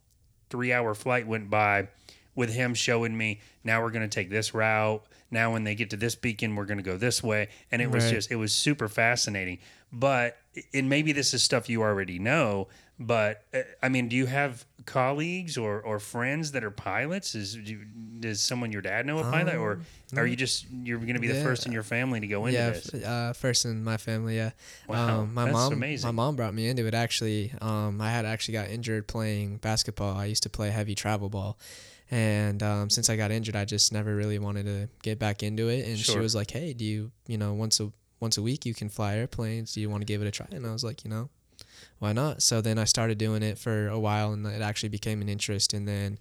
Speaker 2: three hour flight went by with him showing me now we're going to take this route now when they get to this beacon we're going to go this way and it was
Speaker 4: Right.
Speaker 2: just it was super fascinating but and maybe this is stuff you already know but uh, i mean do you have colleagues or, or friends that are pilots is do you, does someone your dad know a pilot or are you just you're going to be the
Speaker 4: Um, yeah.
Speaker 2: first in your family to go into
Speaker 4: yeah,
Speaker 2: this
Speaker 4: f- uh, first in my family. Yeah,
Speaker 2: Wow,
Speaker 4: um, my
Speaker 2: that's
Speaker 4: mom.
Speaker 2: amazing.
Speaker 4: My mom brought me into it. Actually, um, I had actually got injured playing basketball. I used to play heavy travel ball, and um, since I got injured, I just never really wanted to get back into it. And she
Speaker 2: Sure.
Speaker 4: was like, "Hey, do you you know once a once a week you can fly airplanes? Do you want to give it a try?" And I was like, "You know, why not? So then I started doing it for a while, and it actually became an interest. And then,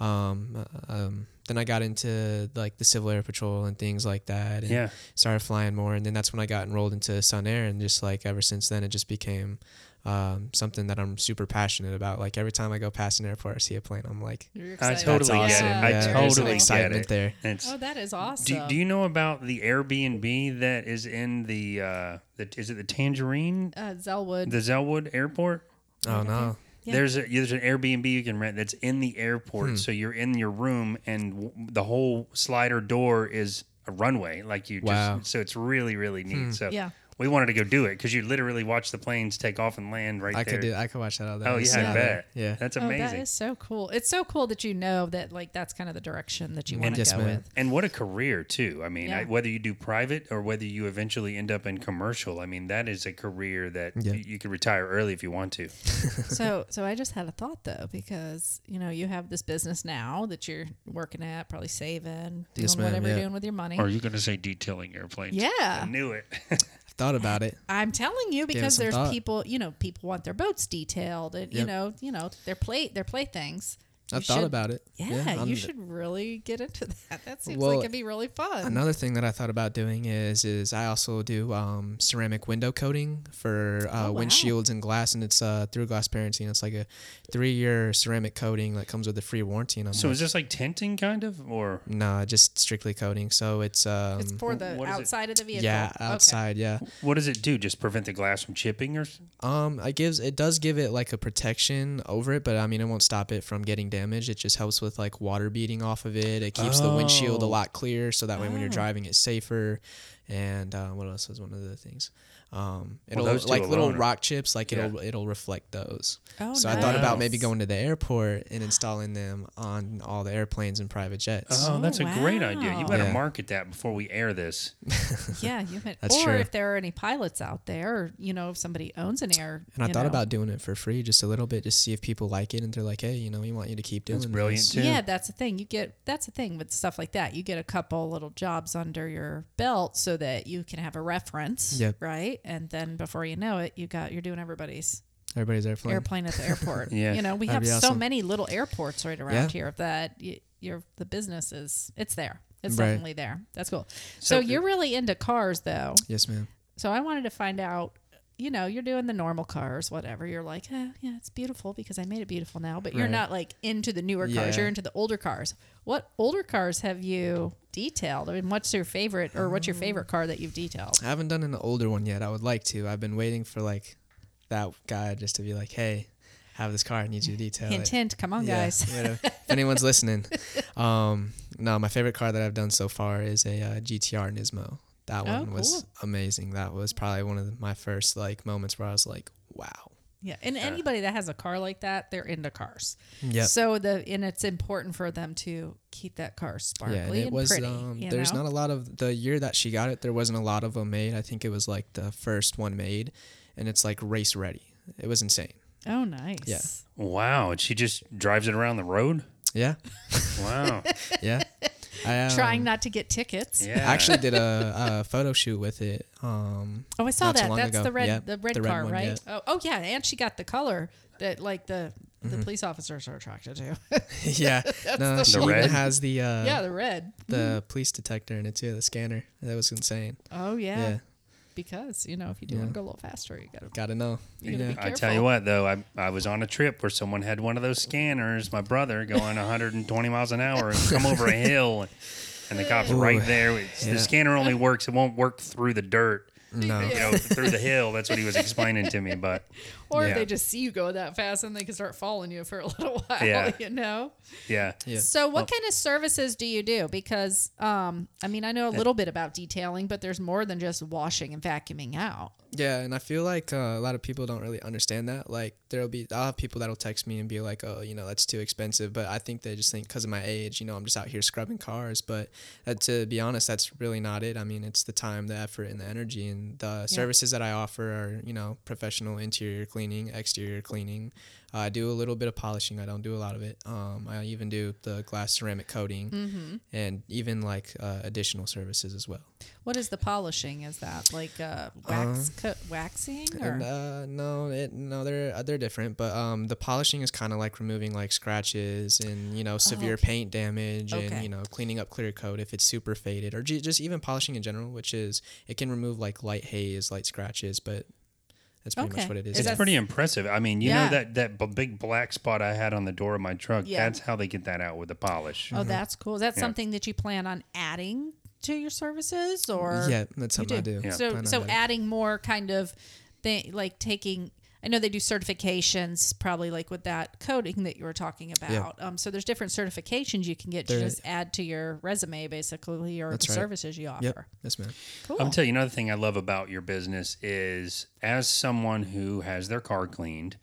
Speaker 4: um, um, then I got into like the Civil Air Patrol and things like that, and
Speaker 2: Yeah.
Speaker 4: started flying more. And then that's when I got enrolled into Sun Air, and just like ever since then, it just became um, something that I'm super passionate about. Like every time I go past an airport or see a plane, I'm like,
Speaker 3: You're
Speaker 2: I
Speaker 3: excited.
Speaker 2: totally
Speaker 4: That's
Speaker 2: get it.
Speaker 4: awesome.
Speaker 2: I
Speaker 4: Yeah,
Speaker 2: totally
Speaker 4: there's some
Speaker 2: get
Speaker 4: excitement
Speaker 2: it.
Speaker 4: there.
Speaker 2: It's-
Speaker 3: Oh, that is awesome.
Speaker 2: Do, do you know about the Airbnb that is in the uh the is it the Tangerine
Speaker 3: uh, Zelwood.
Speaker 2: the Zelwood Airport?
Speaker 4: oh no,
Speaker 3: Yeah.
Speaker 2: There's a there's an Airbnb you can rent that's in the
Speaker 4: Hmm.
Speaker 2: airport, so you're in your room and w- the whole slider door is a runway, like you
Speaker 4: Wow. Hmm.
Speaker 2: just so it's really really neat. So
Speaker 3: Yeah.
Speaker 2: we wanted to go do it because you literally watch the planes take off and land right
Speaker 4: I
Speaker 2: there.
Speaker 4: could do, I could watch that all day.
Speaker 2: Oh yeah, I bet.
Speaker 4: yeah.
Speaker 2: that's
Speaker 3: oh, that
Speaker 2: amazing.
Speaker 3: is so cool. It's so cool that you know that like that's kind of the direction that you want to
Speaker 4: Yes,
Speaker 3: go
Speaker 4: ma'am.
Speaker 3: with.
Speaker 2: And what a career too. I mean,
Speaker 3: Yeah.
Speaker 2: I, whether you do private or whether you eventually end up in commercial, I mean, that is a career that
Speaker 4: Yeah.
Speaker 2: y- you could retire early if you want to.
Speaker 3: so so I just had a thought though because you know you have this business now that you're working at probably saving doing
Speaker 4: Yes, ma'am,
Speaker 3: whatever you're
Speaker 4: yeah.
Speaker 3: doing with your money.
Speaker 2: you going to say detailing airplanes? I
Speaker 3: yeah,
Speaker 2: knew it.
Speaker 4: I've thought about it.
Speaker 3: I'm telling you because
Speaker 4: some
Speaker 3: there's
Speaker 4: thought.
Speaker 3: people you know people want their boats detailed and you
Speaker 4: Yep.
Speaker 3: know you know their plate their playthings. You
Speaker 4: I've thought
Speaker 3: should-
Speaker 4: about it.
Speaker 3: Yeah,
Speaker 4: I'm-
Speaker 3: you should really get into that. That seems
Speaker 4: Well,
Speaker 3: like it'd be really fun.
Speaker 4: Another thing that I thought about doing is is I also do um, ceramic window coating for uh,
Speaker 3: Oh, wow.
Speaker 4: windshields and glass, and it's uh, through glass parenting. It's like a three year ceramic coating that comes with a free warranty. And I'm
Speaker 2: So
Speaker 4: like,
Speaker 2: is this like tenting kind of or
Speaker 4: nah, just strictly coating. So it's um,
Speaker 3: it's for the
Speaker 2: what is it?
Speaker 3: outside of the vehicle.
Speaker 4: yeah
Speaker 3: Okay.
Speaker 4: outside yeah.
Speaker 2: what does it do? Just prevent the glass from chipping or s-
Speaker 4: Um, it gives it does give it like a protection over it, but I mean it won't stop it from getting damaged. It just helps with like water beating off of it. It keeps the windshield a
Speaker 2: Oh.
Speaker 4: lot clearer, so that way when you're
Speaker 3: Oh.
Speaker 4: driving, it's safer. And uh, what else was one of the things? Um, it'll
Speaker 2: those two
Speaker 4: like little
Speaker 2: alone are-
Speaker 4: rock chips, like
Speaker 2: Yeah.
Speaker 4: it'll it'll reflect those.
Speaker 3: Oh,
Speaker 4: so I thought
Speaker 2: nice.
Speaker 4: about maybe going to the airport and installing them on all the airplanes and private jets.
Speaker 2: Oh,
Speaker 3: Oh,
Speaker 2: that's a great idea. You better
Speaker 4: wow. Yeah.
Speaker 2: market that before we air this.
Speaker 3: Yeah, you can.
Speaker 4: That's
Speaker 3: or
Speaker 4: true.
Speaker 3: if there are any pilots out there, or, you know, if somebody owns an air.
Speaker 4: And I
Speaker 3: you
Speaker 4: thought
Speaker 3: know.
Speaker 4: about doing it for free, just a little bit, just see if people like it, and they're like, hey, you know, we want you to keep doing
Speaker 2: That's brilliant
Speaker 4: this."
Speaker 2: too.
Speaker 3: Yeah, that's the thing. You get that's the thing with stuff like that. You get a couple little jobs under your belt so that you can have a reference,
Speaker 4: Yep.
Speaker 3: right? And then before you know it, you got you're doing everybody's
Speaker 4: Everybody's airplane.
Speaker 3: airplane at the airport.
Speaker 2: Yeah.
Speaker 3: you know, we
Speaker 4: That'd
Speaker 3: have
Speaker 4: be
Speaker 3: so
Speaker 4: awesome.
Speaker 3: many little airports right around
Speaker 4: Yeah.
Speaker 3: here that y your the business is it's there. It's
Speaker 4: Right.
Speaker 3: definitely there. That's cool.
Speaker 2: So-
Speaker 3: so you're really into cars though.
Speaker 4: Yes, ma'am.
Speaker 3: So I wanted to find out, you know, you're doing the normal cars, whatever. You're like, oh, yeah, it's beautiful because I made it beautiful now, but you're
Speaker 4: Right.
Speaker 3: not like into the newer cars.
Speaker 4: Yeah.
Speaker 3: You're into the older cars. What older cars have you detailed? I mean, what's your favorite or what's your favorite car that you've detailed?
Speaker 4: I haven't done an older one yet. I would like to. I've been waiting for like that guy just to be like, "Hey, I have this car. I need you to detail
Speaker 3: Hint,
Speaker 4: it."
Speaker 3: hint. Come on,
Speaker 4: Yeah,
Speaker 3: guys.
Speaker 4: you know, if anyone's listening, um, no, my favorite car that I've done so far is a uh, GTR Nismo. That
Speaker 3: Oh,
Speaker 4: one was
Speaker 3: cool.
Speaker 4: amazing. That was probably one of my first like moments where I was like, "Wow."
Speaker 3: Yeah. And anybody that has a car like that, they're into cars.
Speaker 4: Yep.
Speaker 3: So the and it's important for them to keep that car sparkly
Speaker 4: Yeah, and
Speaker 3: and,
Speaker 4: it was.
Speaker 3: pretty.
Speaker 4: um,
Speaker 3: you
Speaker 4: there's
Speaker 3: know?
Speaker 4: not a lot of the year that she got it. There wasn't a lot of them made. I think it was like the first one made, and it's like race ready. It was insane.
Speaker 3: Oh, nice.
Speaker 4: Yeah.
Speaker 2: Wow, and she just drives it around the road?
Speaker 4: Yeah.
Speaker 2: Wow.
Speaker 4: Yeah. I,
Speaker 3: trying
Speaker 4: um,
Speaker 3: not to get tickets.
Speaker 2: Yeah.
Speaker 4: I actually did a, a photo shoot with it. Um,
Speaker 3: Oh, I saw
Speaker 4: not too
Speaker 3: that.
Speaker 4: long
Speaker 3: That's
Speaker 4: ago.
Speaker 3: the red,
Speaker 4: Yep,
Speaker 3: the red car,
Speaker 4: one,
Speaker 3: right?
Speaker 4: yeah.
Speaker 3: Oh, oh, yeah, and she got the color that like the the
Speaker 4: Mm-hmm.
Speaker 3: police officers are attracted to.
Speaker 4: Uh-huh. yeah. No, she
Speaker 2: The
Speaker 4: even
Speaker 2: red?
Speaker 4: has the uh,
Speaker 3: yeah, the red.
Speaker 4: the police detector in it too, the scanner. That was insane.
Speaker 3: Oh yeah,
Speaker 4: Yeah,
Speaker 3: because you know if you do want to go a little faster, you gotta.
Speaker 4: gotta know.
Speaker 3: You gotta be
Speaker 2: I tell you
Speaker 3: careful.
Speaker 2: what, though, I, I was on a trip where someone had one of those scanners. My brother going 120 miles an hour and come over a hill, and, the cops right there. It's-
Speaker 4: Yeah.
Speaker 2: The scanner only works; it won't work through the dirt,
Speaker 4: No.
Speaker 2: you know, through the hill. That's what he was explaining to me. But
Speaker 3: Or
Speaker 2: Yeah.
Speaker 3: if they just see you go that fast, and they can start following you for a little while.
Speaker 2: Yeah.
Speaker 3: You know.
Speaker 2: yeah,
Speaker 4: Yeah.
Speaker 3: So, what kind of services do you do? Because, um, I mean, I know a little bit about detailing, but there's more than just washing and vacuuming out.
Speaker 4: Yeah, and I feel like uh, a lot of people don't really understand that. Like, there'll be I'll have people that'll text me and be like, "Oh, you know, that's too expensive." But I think they just think because of my age, you know, I'm just out here scrubbing cars. But uh, to be honest, that's really not it. I mean, it's the time, the effort, and the energy, and the services that I offer are, you know, professional interior cleaning, exterior cleaning. Uh, I do a little bit of polishing. I don't do a lot of it. Um, I even do the glass ceramic coating, and even like uh, additional services as well.
Speaker 3: What is the polishing? Is that like uh, wax co- waxing or
Speaker 4: And, uh, no, it, no, they're uh, they're different. But um, the polishing is kind of like removing like scratches and you know severe paint damage
Speaker 3: Oh, Okay.
Speaker 4: and you know cleaning up clear coat if it's super faded or ju- just even polishing in general, which is it can remove like light haze, light scratches, but that's pretty
Speaker 3: Okay.
Speaker 4: much what it is.
Speaker 3: Is
Speaker 2: it's
Speaker 3: that-
Speaker 2: pretty impressive. I mean, you
Speaker 3: Yeah.
Speaker 2: know that that b- big black spot I had on the door of my truck.
Speaker 3: Yeah.
Speaker 2: That's how they get that out with the polish.
Speaker 3: Oh, that's cool. Is that
Speaker 2: Yeah.
Speaker 3: something that you plan on adding to your services or
Speaker 4: yeah, that's
Speaker 3: you
Speaker 4: something I do.
Speaker 2: Yeah.
Speaker 3: So
Speaker 4: Plan
Speaker 3: so
Speaker 4: on that.
Speaker 3: adding more kind of thing like taking I know they do certifications probably like with that coding that you were talking about. Um, so there's different certifications you can get to
Speaker 4: There-
Speaker 3: just add to your resume basically or the
Speaker 4: right.
Speaker 3: services you offer.
Speaker 4: Yep, yes, ma'am.
Speaker 3: Cool.
Speaker 2: I'll tell you another thing I love about your business is as someone who has their car cleaned,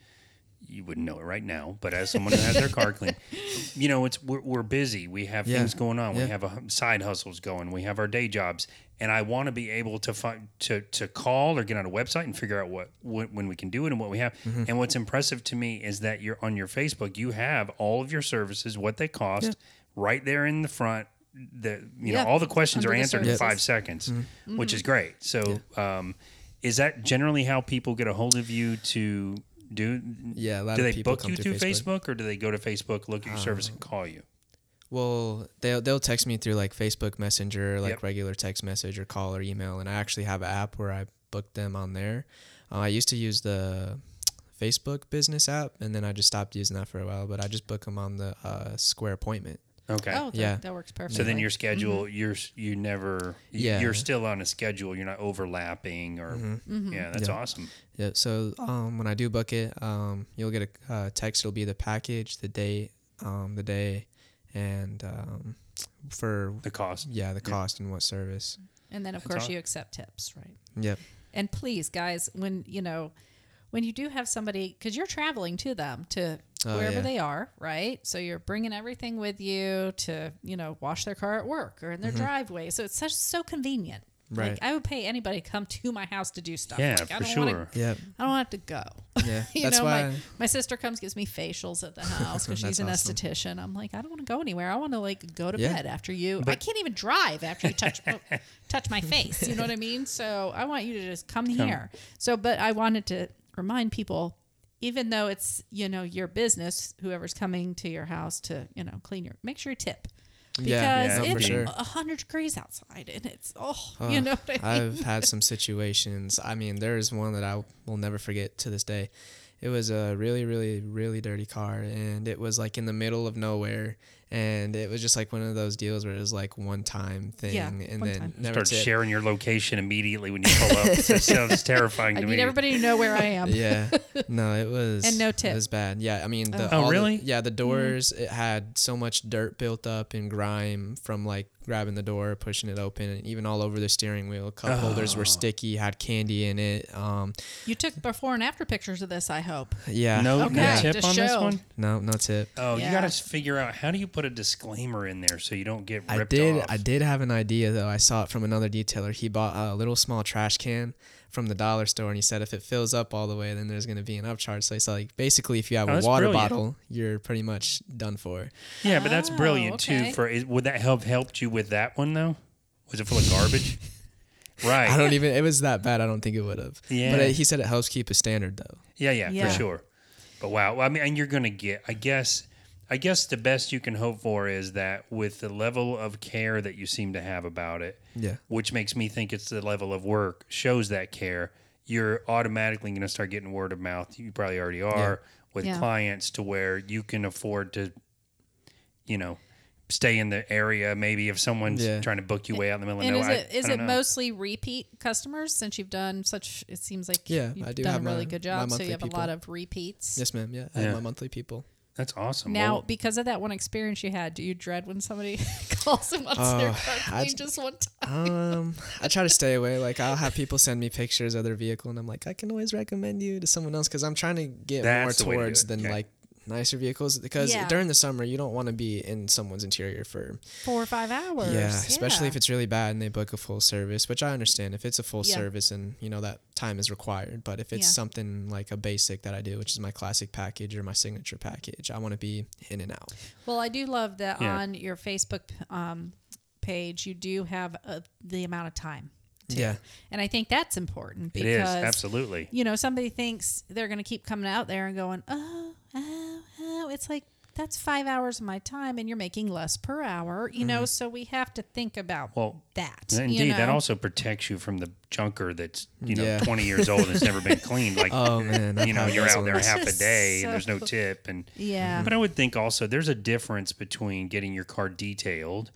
Speaker 2: you wouldn't know it right now, but as someone who has their car cleaned, you know, it's we're, we're busy. We have
Speaker 4: Yeah.
Speaker 2: things going on.
Speaker 4: Yeah.
Speaker 2: We have a, side hustles going. We have our day jobs, and I want to be able to find to to call or get on a website and figure out what, what when we can do it and what we have. And what's impressive to me is that you're on your Facebook. You have all of your services, what they cost, right there in the front. The you
Speaker 3: Yeah.
Speaker 2: know all the questions
Speaker 3: Under
Speaker 2: are
Speaker 3: the
Speaker 2: answered in
Speaker 3: services.
Speaker 2: five seconds, which
Speaker 3: Mm-hmm.
Speaker 2: is great. So, um, is that generally how people get a hold of you to do?
Speaker 4: Yeah, a lot
Speaker 2: do
Speaker 4: of
Speaker 2: they
Speaker 4: people
Speaker 2: book
Speaker 4: come
Speaker 2: you through
Speaker 4: through
Speaker 2: Facebook. Oh. or do they go to Facebook, look at your service, and call you?
Speaker 4: Well, they'll they'll text me through like Facebook Messenger, like
Speaker 2: Yep.
Speaker 4: regular text message or call or email, and I actually have an app where I book them on there. Uh, I used to use the Facebook business app, and then I just stopped using that for a while. But I just book them on the uh, Square appointment.
Speaker 2: Okay.
Speaker 3: oh, Mm-hmm. that,
Speaker 4: yeah.
Speaker 3: that works perfectly.
Speaker 2: so then your schedule, you're s- you never,
Speaker 4: Yeah.
Speaker 2: you're still on a schedule. You're not overlapping or Mm-hmm.
Speaker 3: Mm-hmm.
Speaker 2: yeah, that's awesome.
Speaker 4: Yeah. So um, when I do book it, um, you'll get a uh, text. It'll be the package, the date, um, the day, and um, for
Speaker 2: The cost.
Speaker 4: yeah, the cost and what service.
Speaker 3: and then of course
Speaker 2: all.
Speaker 3: you accept tips, right?
Speaker 4: Yep.
Speaker 3: and please guys when you know when you do have somebody because you're traveling to them to
Speaker 4: Oh,
Speaker 3: wherever
Speaker 4: yeah.
Speaker 3: they are right so you're bringing everything with you to you know wash their car at work or in their driveway so it's such so convenient like
Speaker 4: Right.
Speaker 3: i would pay anybody to come to my house to do stuff
Speaker 2: Yeah,
Speaker 3: like, I
Speaker 2: for
Speaker 3: don't wanna-
Speaker 2: sure.
Speaker 4: Yep.
Speaker 3: i don't have to go
Speaker 4: Yeah.
Speaker 3: you
Speaker 4: That's
Speaker 3: know
Speaker 4: why.
Speaker 3: my, my sister comes gives me facials at the house because she's
Speaker 4: That's
Speaker 3: an
Speaker 4: awesome.
Speaker 3: esthetician i'm like i don't want to go anywhere i want to like go to
Speaker 4: Yeah.
Speaker 3: bed after you i can't even drive after you touch oh, touch my face you know what i mean so i want you to just come, here so but i wanted to remind people even though it's you know your business whoever's coming to your house to you know clean your make sure you tip because
Speaker 4: Yeah,
Speaker 2: yeah, for
Speaker 3: it's
Speaker 4: sure.
Speaker 3: 100 degrees outside and it's oh you know what i mean
Speaker 4: Uh, I've had some situations. I mean, there is one that I will never forget to this day. It was a really, really, really dirty car, and it was like in the middle of nowhere, and it was just like one of those deals where it was like one time thing,
Speaker 3: Yeah,
Speaker 4: and
Speaker 3: one
Speaker 4: then
Speaker 3: time.
Speaker 4: never
Speaker 2: Start
Speaker 4: tip.
Speaker 2: sharing your location immediately when you pull up. that sounds terrifying
Speaker 3: i
Speaker 2: to
Speaker 3: need
Speaker 2: me.
Speaker 3: everybody to know where i am
Speaker 4: Yeah, no, it was
Speaker 3: And no
Speaker 4: It
Speaker 3: tip. Mm-hmm.
Speaker 4: was bad. Yeah, I mean, the,
Speaker 2: Oh,
Speaker 4: all the-
Speaker 2: really?
Speaker 4: yeah, the doors it had so much dirt built up and grime from like grabbing the door, pushing it open, and even all over the steering wheel. Cup holders
Speaker 2: Oh.
Speaker 4: were sticky, had candy in it. Um,
Speaker 3: you took before and after pictures of this i hope
Speaker 4: yeah,
Speaker 2: No, no
Speaker 3: Okay.
Speaker 2: tip
Speaker 3: Just
Speaker 2: on this
Speaker 3: showed.
Speaker 2: one.
Speaker 4: no, no tip.
Speaker 2: Oh,
Speaker 3: Yeah.
Speaker 2: you got to figure out how do you put a disclaimer in there so you don't get ripped
Speaker 4: I did.
Speaker 2: off.
Speaker 4: I did have an idea though. I saw it from another detailer. He bought a little small trash can from the dollar store, and he said if it fills up all the way, then there's going to be an upcharge. So it's like basically, if you have
Speaker 2: Oh,
Speaker 4: a
Speaker 2: that's
Speaker 4: water
Speaker 2: brilliant.
Speaker 4: bottle, you're pretty much done for.
Speaker 2: Yeah, but that's brilliant
Speaker 3: Oh, okay.
Speaker 2: too. For is- would that have helped you with that one though? Was it full of garbage? right.
Speaker 4: I don't even. It was that bad. I don't think it would have.
Speaker 2: Yeah.
Speaker 4: But it, he said it helps keep a standard though.
Speaker 2: Yeah, yeah,
Speaker 3: Yeah.
Speaker 2: for sure. But wow, I mean, and you're gonna get, I guess, I guess the best you can hope for is that with the level of care that you seem to have about it,
Speaker 4: Yeah.
Speaker 2: which makes me think it's the level of work shows that care. You're automatically gonna start getting word of mouth. You probably already are with
Speaker 3: Yeah.
Speaker 2: clients to where you can afford to, you know, stay in the area. Maybe if someone's
Speaker 4: Yeah.
Speaker 2: trying to book you way out in the middle of
Speaker 3: And is
Speaker 2: nowhere, I-
Speaker 3: it is
Speaker 2: I don't
Speaker 3: it
Speaker 2: know.
Speaker 3: mostly repeat customers since you've done such? It seems like
Speaker 4: Yeah,
Speaker 3: you've
Speaker 4: I do
Speaker 3: done
Speaker 4: have
Speaker 3: a really
Speaker 4: my-
Speaker 3: good
Speaker 4: my
Speaker 3: job, so
Speaker 4: monthly
Speaker 3: you have a
Speaker 4: people.
Speaker 3: lot of repeats.
Speaker 4: Yes, ma'am. Yeah. I have
Speaker 2: Yeah.
Speaker 4: my monthly people.
Speaker 2: That's awesome.
Speaker 3: Now,
Speaker 2: Well,
Speaker 3: because of that one experience you had, do you dread when somebody calls and wants
Speaker 4: Oh,
Speaker 3: their car
Speaker 4: I-
Speaker 3: cleaned just one time?
Speaker 4: Um, I try to stay away. Like I'll have people send me pictures of their vehicle, and I'm like, I can always recommend you to someone else because I'm trying to get
Speaker 2: That's the
Speaker 4: more
Speaker 2: way to do
Speaker 4: towards
Speaker 2: it.
Speaker 4: than
Speaker 2: Okay.
Speaker 4: like nicer vehicles because
Speaker 3: Yeah.
Speaker 4: during the summer you don't want to be in someone's interior for
Speaker 3: Four or five hours.
Speaker 4: yeah, especially if it's really bad and they book a full service, which I understand if it's a full
Speaker 3: Yeah.
Speaker 4: service and you know that time is required. But if it's
Speaker 3: Yeah.
Speaker 4: something like a basic that I do, which is my classic package or my signature package, I want to be in and out.
Speaker 3: Well, I do love that
Speaker 2: Yeah.
Speaker 3: on your Facebook um, page, you do have uh the amount of time.
Speaker 4: Yeah,
Speaker 3: And I think that's important
Speaker 2: it
Speaker 3: because
Speaker 2: is absolutely.
Speaker 3: you know, somebody thinks they're going to keep coming out there and going, oh, oh, oh. It's like, that's five hours of my time, and you're making less per hour, you
Speaker 4: Mm-hmm.
Speaker 3: know. So we have to think about
Speaker 2: Well,
Speaker 3: that.
Speaker 2: Yeah,
Speaker 3: you
Speaker 2: Indeed, that
Speaker 3: know?
Speaker 2: also protects you from the junker that's you know
Speaker 4: Yeah.
Speaker 2: 20 years old and has never been cleaned. Like
Speaker 4: Oh, man, I've
Speaker 2: you know,
Speaker 4: had
Speaker 2: you're
Speaker 4: those
Speaker 2: out there
Speaker 4: ones.
Speaker 2: half a day
Speaker 3: So-
Speaker 2: and there's no tip. And
Speaker 3: Yeah.
Speaker 2: but I would think also there's a difference between getting your car detailed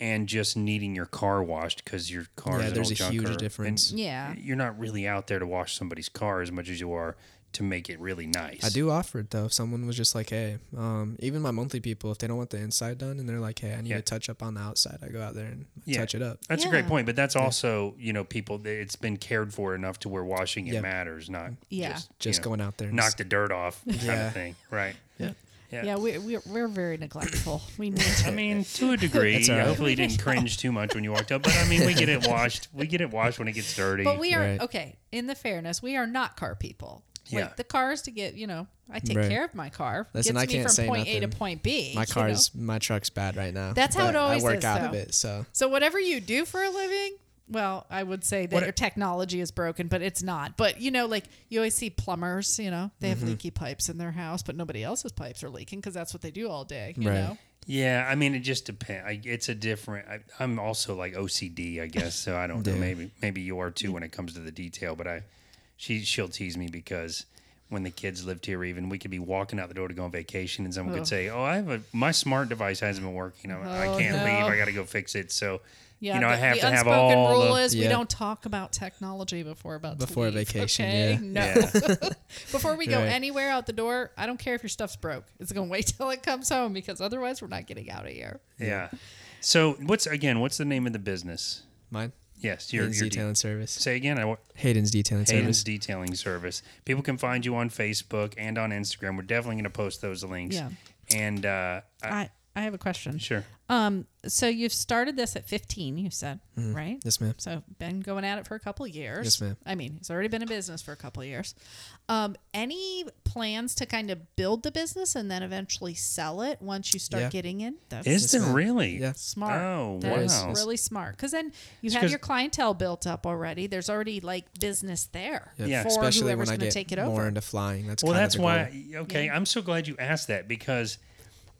Speaker 2: and just needing your car washed because your car
Speaker 4: Yeah,
Speaker 2: is an old
Speaker 4: there's a huge
Speaker 2: junker.
Speaker 4: difference.
Speaker 2: And
Speaker 3: Yeah.
Speaker 2: you're not really out there to wash somebody's car as much as you are to make it really nice.
Speaker 4: I do offer it though. If someone was just like, hey, um, even my monthly people, if they don't want the inside done and they're like, hey, I need
Speaker 2: Yeah.
Speaker 4: to touch up on the outside, I go out there and
Speaker 2: Yeah.
Speaker 4: touch it up.
Speaker 2: That's a great
Speaker 3: Yeah.
Speaker 2: point, but that's also you know people. It's been cared for enough to where washing it
Speaker 4: Yeah.
Speaker 2: matters, not
Speaker 3: Yeah.
Speaker 2: just, you
Speaker 4: Just
Speaker 2: know,
Speaker 4: going out there and
Speaker 2: knock the dirt off kind
Speaker 4: Yeah.
Speaker 2: of thing, right?
Speaker 4: Yeah.
Speaker 2: Yeah.
Speaker 3: Yeah, we're, we're, we're very neglectful. We need
Speaker 2: I
Speaker 3: to.
Speaker 2: mean, to a degree.
Speaker 4: That's all right.
Speaker 2: Hopefully, you didn't cringe too much when you walked up. But I mean, we get it washed. We get it washed when it gets dirty.
Speaker 3: But we are,
Speaker 4: Right.
Speaker 3: okay, in the fairness, we are not car people.
Speaker 2: Yeah.
Speaker 3: Like the cars to get, you know, I take
Speaker 4: Right.
Speaker 3: care of my car.
Speaker 4: Listen,
Speaker 3: gets
Speaker 4: I
Speaker 3: me
Speaker 4: can't
Speaker 3: from
Speaker 4: say
Speaker 3: point A to
Speaker 4: nothing.
Speaker 3: point B.
Speaker 4: my
Speaker 3: you know?
Speaker 4: car's my truck's bad right now.
Speaker 3: That's how it
Speaker 4: but
Speaker 3: always
Speaker 4: I work
Speaker 3: is,
Speaker 4: out of
Speaker 3: though.
Speaker 4: it. So
Speaker 3: So whatever you do for a living, well, I would say that
Speaker 2: What-
Speaker 3: your technology is broken, but it's not. But you know, like you always see plumbers, you know, they have
Speaker 2: Mm-hmm.
Speaker 3: leaky pipes in their house, but nobody else's pipes are leaking because that's what they do all day. You
Speaker 4: Right.
Speaker 3: know,
Speaker 2: yeah, I mean, it just depends. I, it's a different. I, I'm also like OCD, I guess. So I don't know. Maybe maybe you are too when it comes to the detail. But I, she she'll tease me because when the kids lived here, even we could be walking out the door to go on vacation, and someone
Speaker 3: Ugh.
Speaker 2: could say, "Oh, I have a my smart device hasn't been working. I'm- I,
Speaker 3: Oh,
Speaker 2: I can't
Speaker 3: no.
Speaker 2: leave. I got to go fix it." So
Speaker 3: yeah.
Speaker 2: you know,
Speaker 3: the,
Speaker 2: I have
Speaker 3: the
Speaker 2: to have
Speaker 3: unspoken
Speaker 2: all
Speaker 3: rule
Speaker 2: the.
Speaker 3: is we
Speaker 4: Yeah.
Speaker 3: don't talk about technology before about to
Speaker 4: Before
Speaker 3: leave,
Speaker 4: vacation,
Speaker 3: Okay?
Speaker 4: yeah.
Speaker 3: No, before we go
Speaker 4: Right.
Speaker 3: anywhere out the door, I don't care if your stuff's broke. It's gonna wait till it comes home because otherwise we're not getting out of here.
Speaker 2: yeah. So what's again? What's the name of the business?
Speaker 4: mine.
Speaker 2: Yes, your,
Speaker 4: Hayden's
Speaker 2: your
Speaker 4: detailing service.
Speaker 2: Say again. I wa-
Speaker 4: Hayden's detailing
Speaker 2: Hayden's
Speaker 4: service.
Speaker 2: detailing service. People can find you on Facebook and on Instagram. We're definitely going to post those links.
Speaker 3: Yeah.
Speaker 2: And uh, I,
Speaker 3: I I have a question.
Speaker 2: sure.
Speaker 3: Um, so you've started this at 15, you said, right?
Speaker 4: Mm-hmm. Yes, ma'am.
Speaker 3: So been going at it for a couple of years.
Speaker 4: Yes, ma'am.
Speaker 3: I mean, it's already been a business for a couple of years. Um, any plans to kind of build the business and then eventually sell it once you start
Speaker 4: Yeah.
Speaker 3: getting in? That's
Speaker 2: Is there
Speaker 4: ma'am.
Speaker 2: really?
Speaker 4: Yeah.
Speaker 3: smart.
Speaker 2: Oh,
Speaker 3: That is
Speaker 2: wow.
Speaker 3: really smart. Because then you have
Speaker 2: 'cause-
Speaker 3: your clientele built up already. There's already like business there
Speaker 2: Yeah,
Speaker 3: for
Speaker 4: Especially
Speaker 3: whoever's
Speaker 4: when I
Speaker 3: going to
Speaker 4: get
Speaker 3: take it
Speaker 4: more
Speaker 3: over. Oh,
Speaker 4: into flying. That's
Speaker 2: Well,
Speaker 4: kind of
Speaker 2: that's
Speaker 4: the goal.
Speaker 2: why. Okay, I'm so glad you asked that because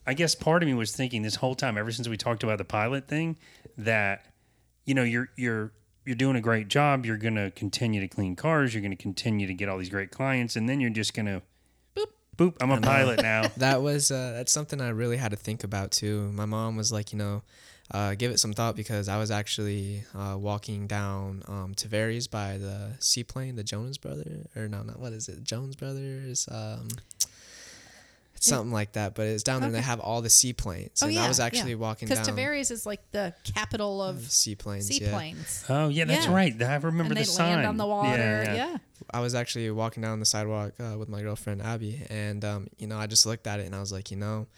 Speaker 2: I guess part of me was thinking this whole time, ever since we talked about the pilot thing, that you know you're you're you're doing a great job. You're going to continue to clean cars. You're going to continue to get all these great clients, and then you're just going to boop boop. I'm a pilot now.
Speaker 4: that was uh, that's something I really had to think about too. My mom was like, you know, uh, give it some thought because I was actually uh, walking down um, Tavares by the seaplane, the Jonas brother, or no, not what is it, Jones Brothers. Um, it's something like that, but it's down there. and They have all the seaplanes,
Speaker 3: Oh,
Speaker 4: and
Speaker 3: yeah,
Speaker 4: I was actually walking down
Speaker 3: Because Tavares is like the capital of
Speaker 4: seaplanes. Yeah.
Speaker 3: seaplanes.
Speaker 2: Oh yeah, that's
Speaker 3: Yeah.
Speaker 2: right. I remember
Speaker 3: And
Speaker 2: the
Speaker 3: they
Speaker 2: sign
Speaker 3: land on the water. yeah.
Speaker 4: I was actually walking down the sidewalk uh, with my girlfriend Abby, and um, you know, I just looked at it and I was like, you know,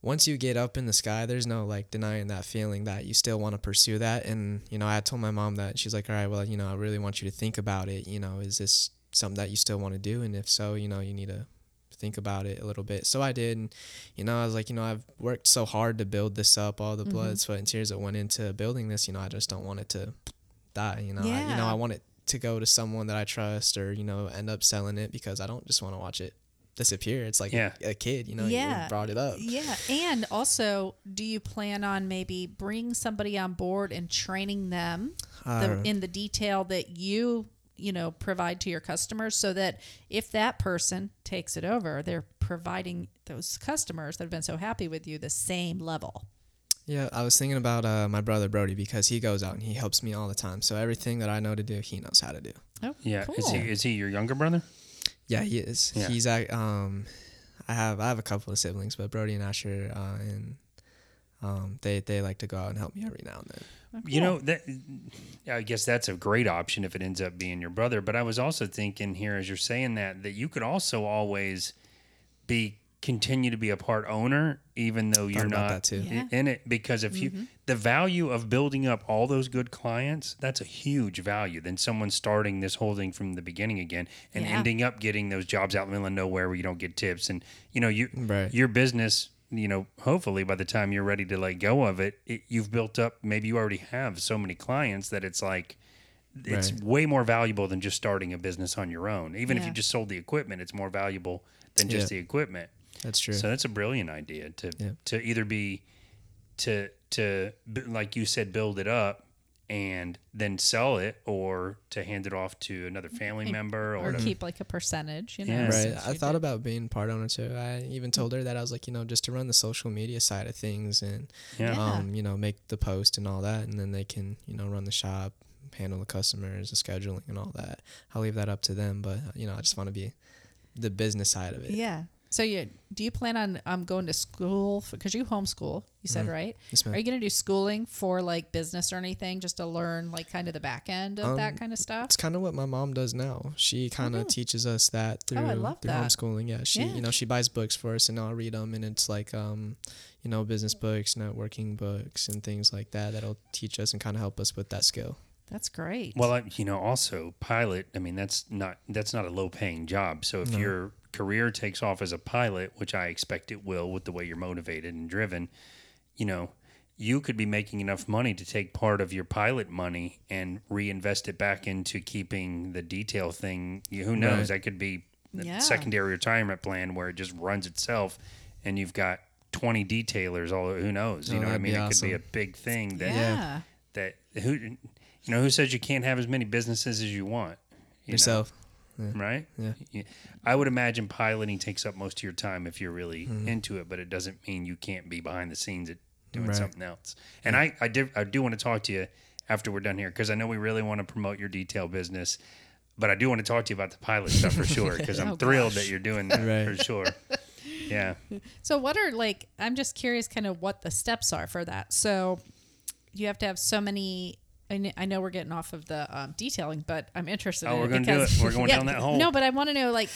Speaker 4: once you get up in the sky, there's no like denying that feeling that you still want to pursue that. And, you know, I told my mom that she's like, all right, well, you know, I really want you to think about it. You know, is this something that you still want to do? And if so, you know, you need to think about it a little bit. So I did. And, you know, I was like, you know, I've worked so hard to build this up, all the blood, sweat, and tears that went into building this. You know, I just don't want it to die. You know, I, you know,
Speaker 3: Yeah.
Speaker 4: I want it to go to someone that I trust or, you know, end up selling it because I don't just want to watch it disappear. It's like
Speaker 2: Yeah.
Speaker 4: a, a kid, you know,
Speaker 3: Yeah.
Speaker 4: you brought it up.
Speaker 3: Yeah. And also, do you plan on maybe bringing somebody on board and training them the, in the detail that you, you know, provide to your customers so that if that person takes it over, they're providing those customers that have been so happy with you the same level?
Speaker 4: Yeah, I was thinking about uh, my brother Brody because he goes out and he helps me all the time. So everything that I know to do, he knows how to do.
Speaker 3: Oh,
Speaker 2: Yeah.
Speaker 3: Cool.
Speaker 2: Is he is he your younger brother?
Speaker 4: Yeah, he is.
Speaker 2: Yeah.
Speaker 4: He's ac- um, I have I have a couple of siblings, but Brody and Asher uh, and um, they they like to go out and help me every now and then.
Speaker 2: You know that I guess that's a great option if it ends up being your brother. But I was also thinking here as you're saying that that you could also always be continue to be a part owner even though you're
Speaker 4: about
Speaker 2: not
Speaker 4: that too.
Speaker 3: Yeah. Mm-hmm.
Speaker 2: in it because if you the value of building up all those good clients that's a huge value than someone starting this whole thing from the beginning again and
Speaker 3: Yeah.
Speaker 2: ending up getting those jobs out in the middle of nowhere where you don't get tips and you know you
Speaker 4: Right.
Speaker 2: your business you know hopefully by the time you're ready to let go of it, it you've built up maybe you already have so many clients that it's like it's
Speaker 4: Right.
Speaker 2: way more valuable than just starting a business on your own even if you
Speaker 3: Yeah.
Speaker 2: just sold the equipment it's more valuable than just
Speaker 4: Yeah.
Speaker 2: the equipment
Speaker 4: That's true.
Speaker 2: so that's a brilliant idea to
Speaker 4: Yeah.
Speaker 2: to either be to to b- like you said build it up and then sell it or to hand it off to another family member or,
Speaker 3: Or
Speaker 2: to-
Speaker 3: keep like a percentage, you know?
Speaker 2: Yeah.
Speaker 4: Right.
Speaker 3: since
Speaker 4: I
Speaker 3: you
Speaker 4: thought
Speaker 3: did-
Speaker 4: about being part owner too. I even told her that I was like, you know, just to run the social media side of things and,
Speaker 2: Yeah.
Speaker 3: Yeah.
Speaker 4: um, you know, make the post and all that, and then they can, you know, run the shop, handle the customers, the scheduling, and all that. I'll leave that up to them, but uh, you know, I just want to be the business side of it.
Speaker 3: Yeah. So you do you plan on um, going to school because you homeschool? You said right.
Speaker 4: Yes, ma'am.
Speaker 3: Are you going to do schooling for like business or anything just to learn like kind of the back end of that kind of stuff?
Speaker 4: It's kind of what my mom does now. She kind of teaches us that through,
Speaker 3: Mm-hmm. Oh, I love
Speaker 4: through
Speaker 3: that.
Speaker 4: homeschooling. Yeah, she
Speaker 3: Yeah.
Speaker 4: you know she buys books for us, and I'll read them, and it's like um, you know, business books, networking books, and things like that. That'll teach us and kind of help us with that skill.
Speaker 3: That's great.
Speaker 2: well I, you know also pilot i mean that's not that's not a low paying job so if your career takes off as a pilot which i expect it will with the way you're motivated and driven you know you could be making enough money to take part of your pilot money and reinvest it back into keeping the detail thing You- who knows that could be a
Speaker 3: Yeah.
Speaker 2: secondary retirement plan where it just runs itself and you've got 20 detailers all who knows you
Speaker 4: Oh,
Speaker 2: know what i
Speaker 4: that'd be
Speaker 2: mean it could be
Speaker 4: awesome.
Speaker 2: a big thing that
Speaker 3: yeah.
Speaker 2: that who you know who says you can't have as many businesses as you want you know,
Speaker 4: Yourself.
Speaker 2: right
Speaker 4: Yeah.
Speaker 2: You- i would imagine piloting takes up most of your time if you're really
Speaker 4: Mm-hmm.
Speaker 2: into it but it doesn't mean you can't be behind the scenes at doing
Speaker 4: Right.
Speaker 2: something else and i i did i do want to talk to you after we're done here because i know we really want to promote your detail business but i do want to talk to you about the pilot stuff for sure because i'm
Speaker 3: Oh,
Speaker 2: thrilled
Speaker 3: gosh.
Speaker 2: that you're doing that
Speaker 4: Right.
Speaker 2: for sure yeah
Speaker 3: So what are like? I'm just curious, kind of what the steps are for that. So you have to have so many. I kn- I know we're getting off of the um, detailing, but I'm interested.
Speaker 2: Oh,
Speaker 3: in
Speaker 2: we're
Speaker 3: it
Speaker 2: gonna do
Speaker 3: because-
Speaker 2: it. We're going down that hole.
Speaker 3: No, but I want to know like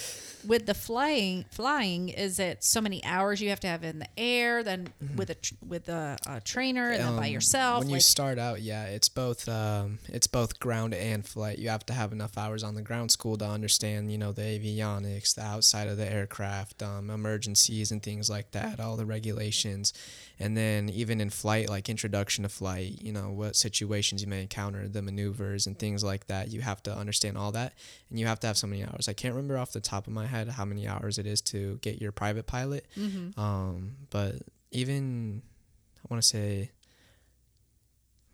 Speaker 3: with the flying, flying is it so many hours you have to have in the air? Then with a tr- with a, uh trainer and then by
Speaker 4: Um,
Speaker 3: yourself.
Speaker 4: When you
Speaker 3: like-
Speaker 4: start out, yeah, it's both um, it's both ground and flight. You have to have enough hours on the ground school to understand, you know, the avionics, the outside of the aircraft, um, emergencies and things like that, all the regulations, and then even in flight, like introduction to flight, you know, what situations you may encounter, the maneuvers and things like that. You have to understand all that, and you have to have so many hours. I can't remember off the top of my head how many hours it is to get your private pilot,
Speaker 3: Mm-hmm.
Speaker 4: um, but even I want to say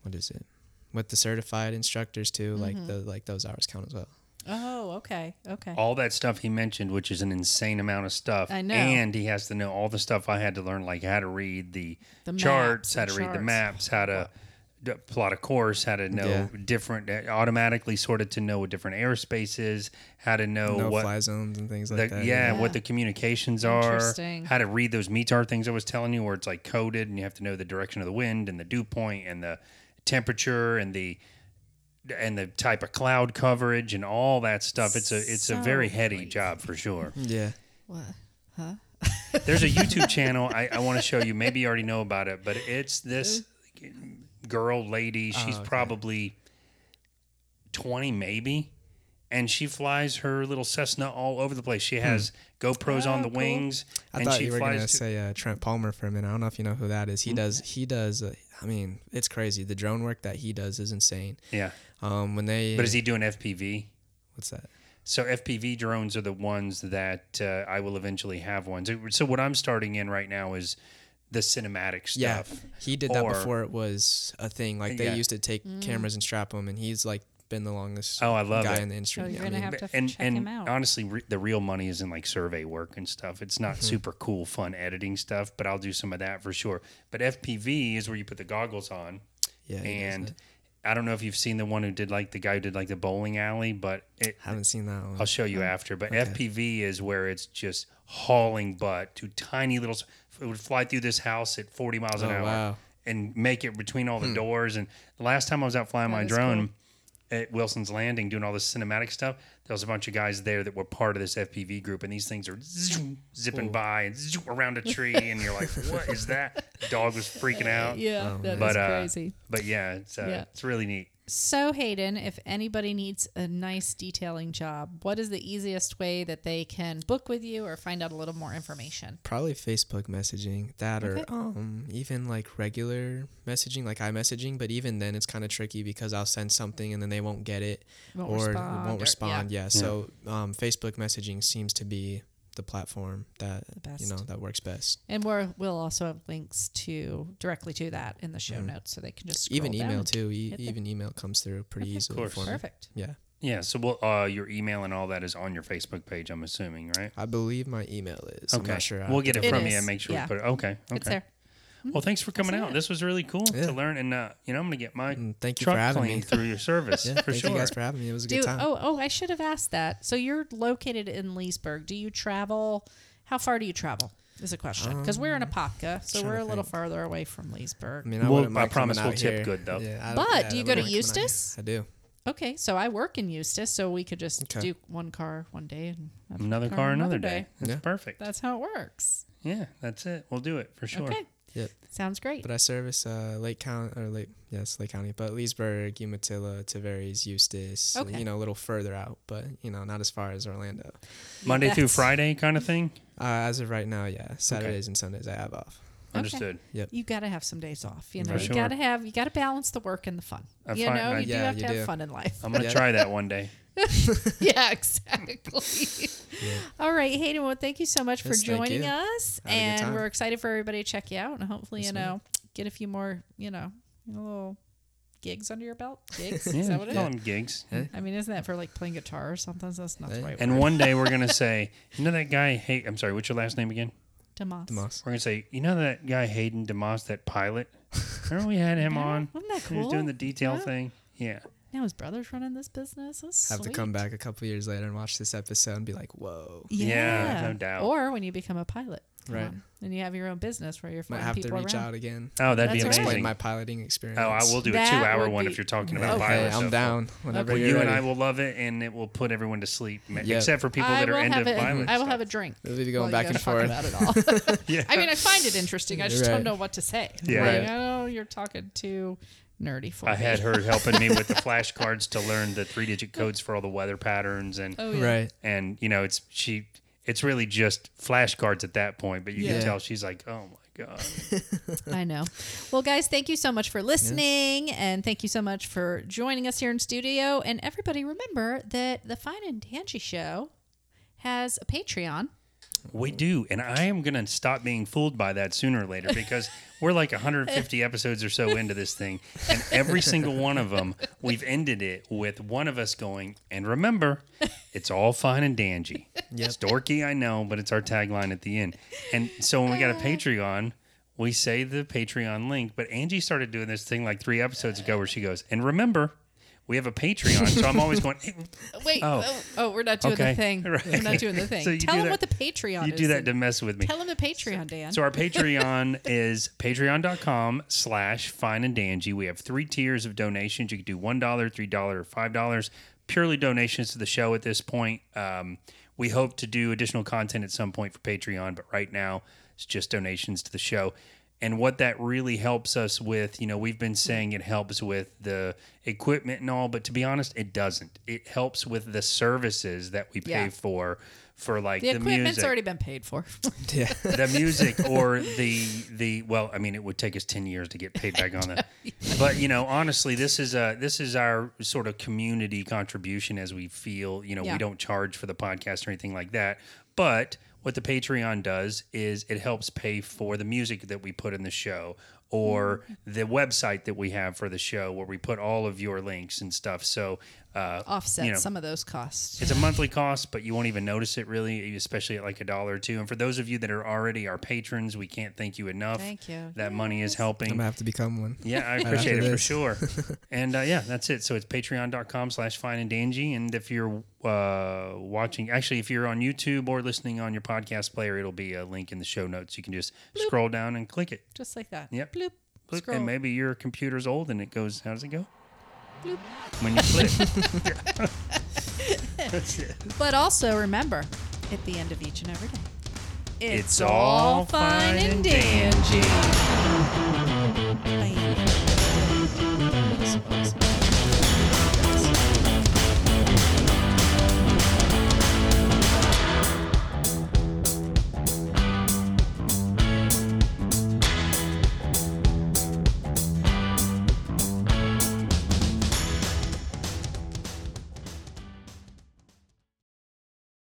Speaker 4: what is it with the certified instructors too
Speaker 3: Mm-hmm.
Speaker 4: like the like those hours count as well
Speaker 3: oh, okay, okay.
Speaker 2: all that stuff he mentioned, which is an insane amount of stuff.
Speaker 3: I know.
Speaker 2: And he has to know all the stuff I had to learn, like how to read the,
Speaker 3: The
Speaker 2: charts,
Speaker 3: maps
Speaker 2: how
Speaker 3: and
Speaker 2: to read the
Speaker 3: charts.
Speaker 2: maps, how to d- plot a course, how to know
Speaker 4: Yeah.
Speaker 2: different, eh, automatically sorted to know what different airspace is, how to know
Speaker 4: no
Speaker 2: Oh, what
Speaker 4: fly zones and things
Speaker 2: the,
Speaker 4: like that
Speaker 2: yeah,
Speaker 3: Yeah.
Speaker 2: what the communications are,
Speaker 3: Interesting.
Speaker 2: how to read those METAR things I was telling you, where it's like coded and you have to know the direction of the wind and the dew point and the temperature and the and the type of cloud coverage and all that stuff. It's a it's a
Speaker 3: So
Speaker 2: very heady
Speaker 3: crazy.
Speaker 2: job for sure.
Speaker 4: yeah
Speaker 3: What? Huh?
Speaker 2: There's a YouTube channel I, I want to show you. Maybe you already know about it, but it's this girl,
Speaker 4: Oh,
Speaker 2: lady. She's probably 20, maybe. And she flies her little Cessna all over the place. She has GoPros on the wings.
Speaker 4: Hmm. I
Speaker 2: and
Speaker 4: thought
Speaker 2: she
Speaker 4: you were gonna
Speaker 2: to-
Speaker 4: say uh, Trent Palmer for a minute. I don't know if you know who that is. He
Speaker 3: Mm-hmm.
Speaker 4: does. He does. Uh, I mean, it's crazy. The drone work that he does is insane.
Speaker 2: Yeah.
Speaker 4: Um, when they.
Speaker 2: But is he doing FPV?
Speaker 4: What's that?
Speaker 2: So FPV drones are the ones that uh, I will eventually have ones. So what I'm starting in right now is the cinematic
Speaker 4: Yeah,
Speaker 2: stuff.
Speaker 4: he did that
Speaker 2: Or-
Speaker 4: before it was a thing. Like they
Speaker 2: Yeah.
Speaker 4: used to take
Speaker 3: Mm.
Speaker 4: cameras and strap them, and he's like been the longest.
Speaker 2: Oh, I love
Speaker 4: guy
Speaker 2: it.
Speaker 4: in the industry.
Speaker 3: Oh, you're
Speaker 4: I
Speaker 3: gonna
Speaker 4: mean,
Speaker 3: have
Speaker 2: But-
Speaker 3: to
Speaker 2: and
Speaker 3: check
Speaker 2: and
Speaker 3: him out.
Speaker 2: honestly, re- the real money is in like survey work and stuff. It's not
Speaker 4: Mm-hmm.
Speaker 2: super cool, fun editing stuff, but I'll do some of that for sure. But FPV is where you put the goggles on,
Speaker 4: Yeah, he does
Speaker 2: and I don't know if you've seen the one who did like the guy who did like the bowling alley, but it,
Speaker 4: haven't seen that one.
Speaker 2: I'll show
Speaker 3: Oh,
Speaker 2: you after. But FPV is where it's just hauling butt to tiny little. s- It would fly through this house at 40 miles an
Speaker 4: Oh,
Speaker 2: hour
Speaker 4: wow.
Speaker 2: and make it between all the doors. And the last time I was out flying my
Speaker 3: Hmm. is
Speaker 2: drone at Wilson's Landing doing all this cinematic stuff, there was a bunch of guys there that were part of this FPV group, and these things are zoom, zipping by and zoom around a tree, and you're like, "What is that?" Dog was freaking out.
Speaker 4: Um,
Speaker 3: Yeah, that is
Speaker 2: But uh,
Speaker 3: crazy.
Speaker 2: but yeah, it's uh,
Speaker 3: Yeah.
Speaker 2: it's really neat.
Speaker 3: So Hayden, if anybody needs a nice detailing job, what is the easiest way that they can book with you or find out a little more information?
Speaker 4: Probably Facebook messaging, that or
Speaker 3: Okay.
Speaker 4: um even like regular messaging, like iMessaging. But even then, it's kind of tricky because I'll send something and then they won't get it
Speaker 3: Won't
Speaker 4: or
Speaker 3: respond or-
Speaker 4: won't
Speaker 3: yeah.
Speaker 4: respond. Yeah. So um, Facebook messaging seems to be the platform that you
Speaker 3: best.
Speaker 4: know that works best.
Speaker 3: And we're, we'll also have links to directly to that in the show notes, so they can just scroll
Speaker 4: Mm-hmm. even email
Speaker 3: down.
Speaker 4: too. E-
Speaker 3: Hit the-
Speaker 4: even email comes through pretty easily
Speaker 2: course.
Speaker 4: for me.
Speaker 3: Perfect.
Speaker 4: Yeah.
Speaker 2: Yeah. So well, uh, your email and all that is on your Facebook page, I'm assuming, right?
Speaker 4: I believe my email is. I'm
Speaker 2: Okay.
Speaker 4: not sure. I
Speaker 2: We'll
Speaker 4: have to
Speaker 2: get it
Speaker 3: It
Speaker 2: from
Speaker 3: is,
Speaker 2: you and make sure
Speaker 3: yeah.
Speaker 2: we put it. Okay. okay.
Speaker 3: It's there.
Speaker 2: Well, thanks for coming out.
Speaker 3: it.
Speaker 2: This was really cool
Speaker 4: Yeah. Mm,
Speaker 2: to learn. And, uh, you know, I'm going to get my
Speaker 4: thank you
Speaker 2: truck
Speaker 4: for having
Speaker 2: cleaned
Speaker 4: me.
Speaker 2: through your service
Speaker 4: Yeah,
Speaker 2: for
Speaker 4: thank
Speaker 2: sure.
Speaker 4: you guys for having me. It was a
Speaker 3: Do
Speaker 4: good time.
Speaker 3: oh oh I should have asked that. So you're located in Leesburg. Do you travel? How far do you travel? Is a question because we're in Apopka, so
Speaker 4: trying
Speaker 3: we're
Speaker 4: to
Speaker 3: a little
Speaker 4: Um, think.
Speaker 3: farther away from Leesburg.
Speaker 4: I mean, I,
Speaker 2: Well,
Speaker 4: wouldn't
Speaker 2: I
Speaker 4: mind coming
Speaker 2: promise
Speaker 4: out
Speaker 2: we'll tip
Speaker 4: here.
Speaker 2: good, though.
Speaker 4: Yeah, I-
Speaker 3: But
Speaker 4: yeah,
Speaker 3: do you
Speaker 4: I
Speaker 3: go to
Speaker 4: wouldn't mind coming out here.
Speaker 3: Eustis?
Speaker 4: I do.
Speaker 3: Okay, so I work in Eustis, so we could just
Speaker 4: Okay. Mm.
Speaker 3: do one car one day and have
Speaker 2: Another car, another day. That's
Speaker 4: Yeah.
Speaker 2: perfect.
Speaker 3: That's how it works.
Speaker 2: yeah, that's it. We'll do it for sure.
Speaker 3: Okay,
Speaker 4: Yep.
Speaker 3: sounds great.
Speaker 4: But I service uh, Lake County or Lake yes Lake County, but Leesburg, Umatilla, Tavares, Eustis.
Speaker 3: Okay.
Speaker 4: You know, a little further out, but you know, not as far as Orlando.
Speaker 2: Monday through
Speaker 3: Yes.
Speaker 2: Friday kind of thing.
Speaker 4: Uh, as of right now, yeah. Saturdays and Sundays I have off.
Speaker 2: Understood.
Speaker 4: Yep.
Speaker 3: You got to have some days off. You know,
Speaker 2: For
Speaker 3: you
Speaker 2: sure.
Speaker 3: got to have you got to balance the work and the fun.
Speaker 2: I
Speaker 3: you
Speaker 2: find-
Speaker 3: know,
Speaker 2: I-
Speaker 3: you do
Speaker 4: Uh, Yeah,
Speaker 3: have
Speaker 4: you
Speaker 3: to have
Speaker 4: do. Oh.
Speaker 3: fun in life.
Speaker 2: I'm going to
Speaker 4: Yeah.
Speaker 2: try that one day.
Speaker 3: yeah, exactly. All right, Hayden. Well, thank you so much
Speaker 4: Yes,
Speaker 3: for
Speaker 4: thank
Speaker 3: joining
Speaker 4: you.
Speaker 3: us,
Speaker 4: Had a good
Speaker 3: and
Speaker 4: time.
Speaker 3: we're excited for everybody to check you out, and hopefully, you
Speaker 4: Yes,
Speaker 3: know, get a few more, you know, little gigs under your belt. Gigs,
Speaker 2: Yeah,
Speaker 3: is that what it
Speaker 2: call
Speaker 3: is?
Speaker 2: them gigs.
Speaker 3: I mean, isn't that for like playing guitar or something? So that's not the
Speaker 4: Yeah.
Speaker 3: right
Speaker 2: And
Speaker 3: word.
Speaker 2: one day we're going to say, you know that guy, hey, I'm sorry, what's your last name again?
Speaker 3: Tomas.
Speaker 4: Moss.
Speaker 2: We're going to say, you know that guy, Hayden DeMoss, that pilot? Remember we had him
Speaker 3: Yeah,
Speaker 2: on?
Speaker 3: wasn't that
Speaker 2: He was doing
Speaker 3: cool?
Speaker 2: the detail
Speaker 3: Yeah.
Speaker 2: thing. Yeah.
Speaker 3: Now his brother's running this business. That's
Speaker 4: Have to
Speaker 3: sweet.
Speaker 4: come back a couple years later and watch this episode and be like, whoa.
Speaker 2: Yeah, no doubt.
Speaker 3: Or when you become a pilot, come
Speaker 4: Right.
Speaker 3: on, and you have your own business where you're
Speaker 4: Might
Speaker 3: flying
Speaker 4: have to
Speaker 3: people
Speaker 4: reach
Speaker 3: around.
Speaker 4: out again.
Speaker 2: Oh, that'd
Speaker 3: That's
Speaker 2: be
Speaker 3: right.
Speaker 2: amazing.
Speaker 4: Explain my piloting experience.
Speaker 2: Oh, I will do a
Speaker 3: That
Speaker 2: two-hour
Speaker 3: would
Speaker 2: one
Speaker 3: be-
Speaker 2: if you're talking
Speaker 4: Okay,
Speaker 2: about pilots.
Speaker 4: I'm down. Whenever
Speaker 2: Well,
Speaker 4: you're
Speaker 2: you and
Speaker 4: ready.
Speaker 2: I will love it, and it will put everyone to sleep, ma-
Speaker 4: Yeah.
Speaker 2: except for people
Speaker 3: I
Speaker 2: that are
Speaker 3: will
Speaker 2: into
Speaker 3: have a,
Speaker 2: violence.
Speaker 3: I will have a drink.
Speaker 4: We'll be going
Speaker 3: while you
Speaker 4: back
Speaker 3: guys
Speaker 4: and
Speaker 3: talk
Speaker 4: forth.
Speaker 3: about it all.
Speaker 2: yeah.
Speaker 3: I mean, I find it interesting. I just don't
Speaker 4: Right.
Speaker 3: know what to say.
Speaker 2: Yeah.
Speaker 3: Like,
Speaker 4: Right.
Speaker 3: oh, you're talking too nerdy for
Speaker 2: I
Speaker 3: me.
Speaker 2: had her helping me with the flashcards to learn the three-digit codes for all the weather patterns, and
Speaker 3: Oh, yeah.
Speaker 4: Right.
Speaker 2: and you know, it's she. It's really just flashcards at that point, but you
Speaker 4: Yeah.
Speaker 2: can tell she's like, "Oh my god,
Speaker 3: I know. Well, guys, thank you so much for listening, and thank you so much for joining us here in studio. And everybody, remember that the Fine and Tangy Show has a Patreon.
Speaker 2: we do." And I am gonna stop being fooled by that sooner or later because we're like 150 episodes or so into this thing, and every single one of them, we've ended it with one of us going, "And remember, it's all fine and dandy." It's dorky, I know, but it's our tagline at the end. And so when we got a Patreon, we say the Patreon link. But Angie started doing this thing like three episodes ago where she goes, and remember, we have a Patreon. So I'm always going, "Hey,
Speaker 3: Wait,
Speaker 2: Oh.
Speaker 3: oh, oh, we're not doing
Speaker 2: Okay.
Speaker 3: the thing.
Speaker 2: Right.
Speaker 3: We're not doing the thing.
Speaker 2: So you
Speaker 3: Tell
Speaker 2: do
Speaker 3: them
Speaker 2: that-
Speaker 3: what the Patreon
Speaker 2: you
Speaker 3: is.
Speaker 2: do that
Speaker 3: and-
Speaker 2: to mess with me.
Speaker 3: Tell them the Patreon, Dan.
Speaker 2: So our Patreon is patreon.com slash fine and dangy. We have three tiers of donations. You can do $1, $3, or $5. Purely donations to the show at this point. Um, We hope to do additional content at some point for Patreon, but right now it's just donations to the show. And what that really helps us with, you know, we've been saying it helps with the equipment and all, but to be honest, it doesn't. It helps with the services that we pay
Speaker 3: Yeah.
Speaker 2: for, for like
Speaker 3: The
Speaker 2: the,
Speaker 3: equipment's
Speaker 2: music
Speaker 3: already been paid for.
Speaker 4: Yeah.
Speaker 2: the music or the the well i mean it would take us 10 years to get paid back on that but you know honestly this is uh this is our sort of community contribution as we feel you know
Speaker 3: Yeah.
Speaker 2: we don't charge for the podcast or anything like that but what the patreon does is it helps pay for the music that we put in the show or the website that we have for the show where we put all of your links and stuff so uh
Speaker 3: Offset
Speaker 2: You know.
Speaker 3: some of those costs.
Speaker 2: it's a monthly cost, but you won't even notice it really, especially at like a dollar or two. And for those of you that are already our patrons, we can't thank you enough.
Speaker 3: Thank you.
Speaker 2: That money is
Speaker 4: I'm
Speaker 2: helping.
Speaker 4: gonna have to become one.
Speaker 2: Yeah, I appreciate it
Speaker 4: after
Speaker 2: for
Speaker 4: this.
Speaker 2: sure. And uh, yeah, that's it. So it's patreon.com slash fine and dangy. And if you're uh, watching, actually, if you're on YouTube or listening on your podcast player, it'll be a link in the show notes. You can just scroll down and click it.
Speaker 3: Just like that.
Speaker 2: Yep.
Speaker 3: Bloop.
Speaker 2: Click-
Speaker 3: Scroll.
Speaker 2: And maybe your computer's old and it goes, how does it go?
Speaker 3: Bloop.
Speaker 2: When you click.
Speaker 3: But also remember, at the end of each and every day,
Speaker 2: It's all fine and
Speaker 3: dandy. Bye.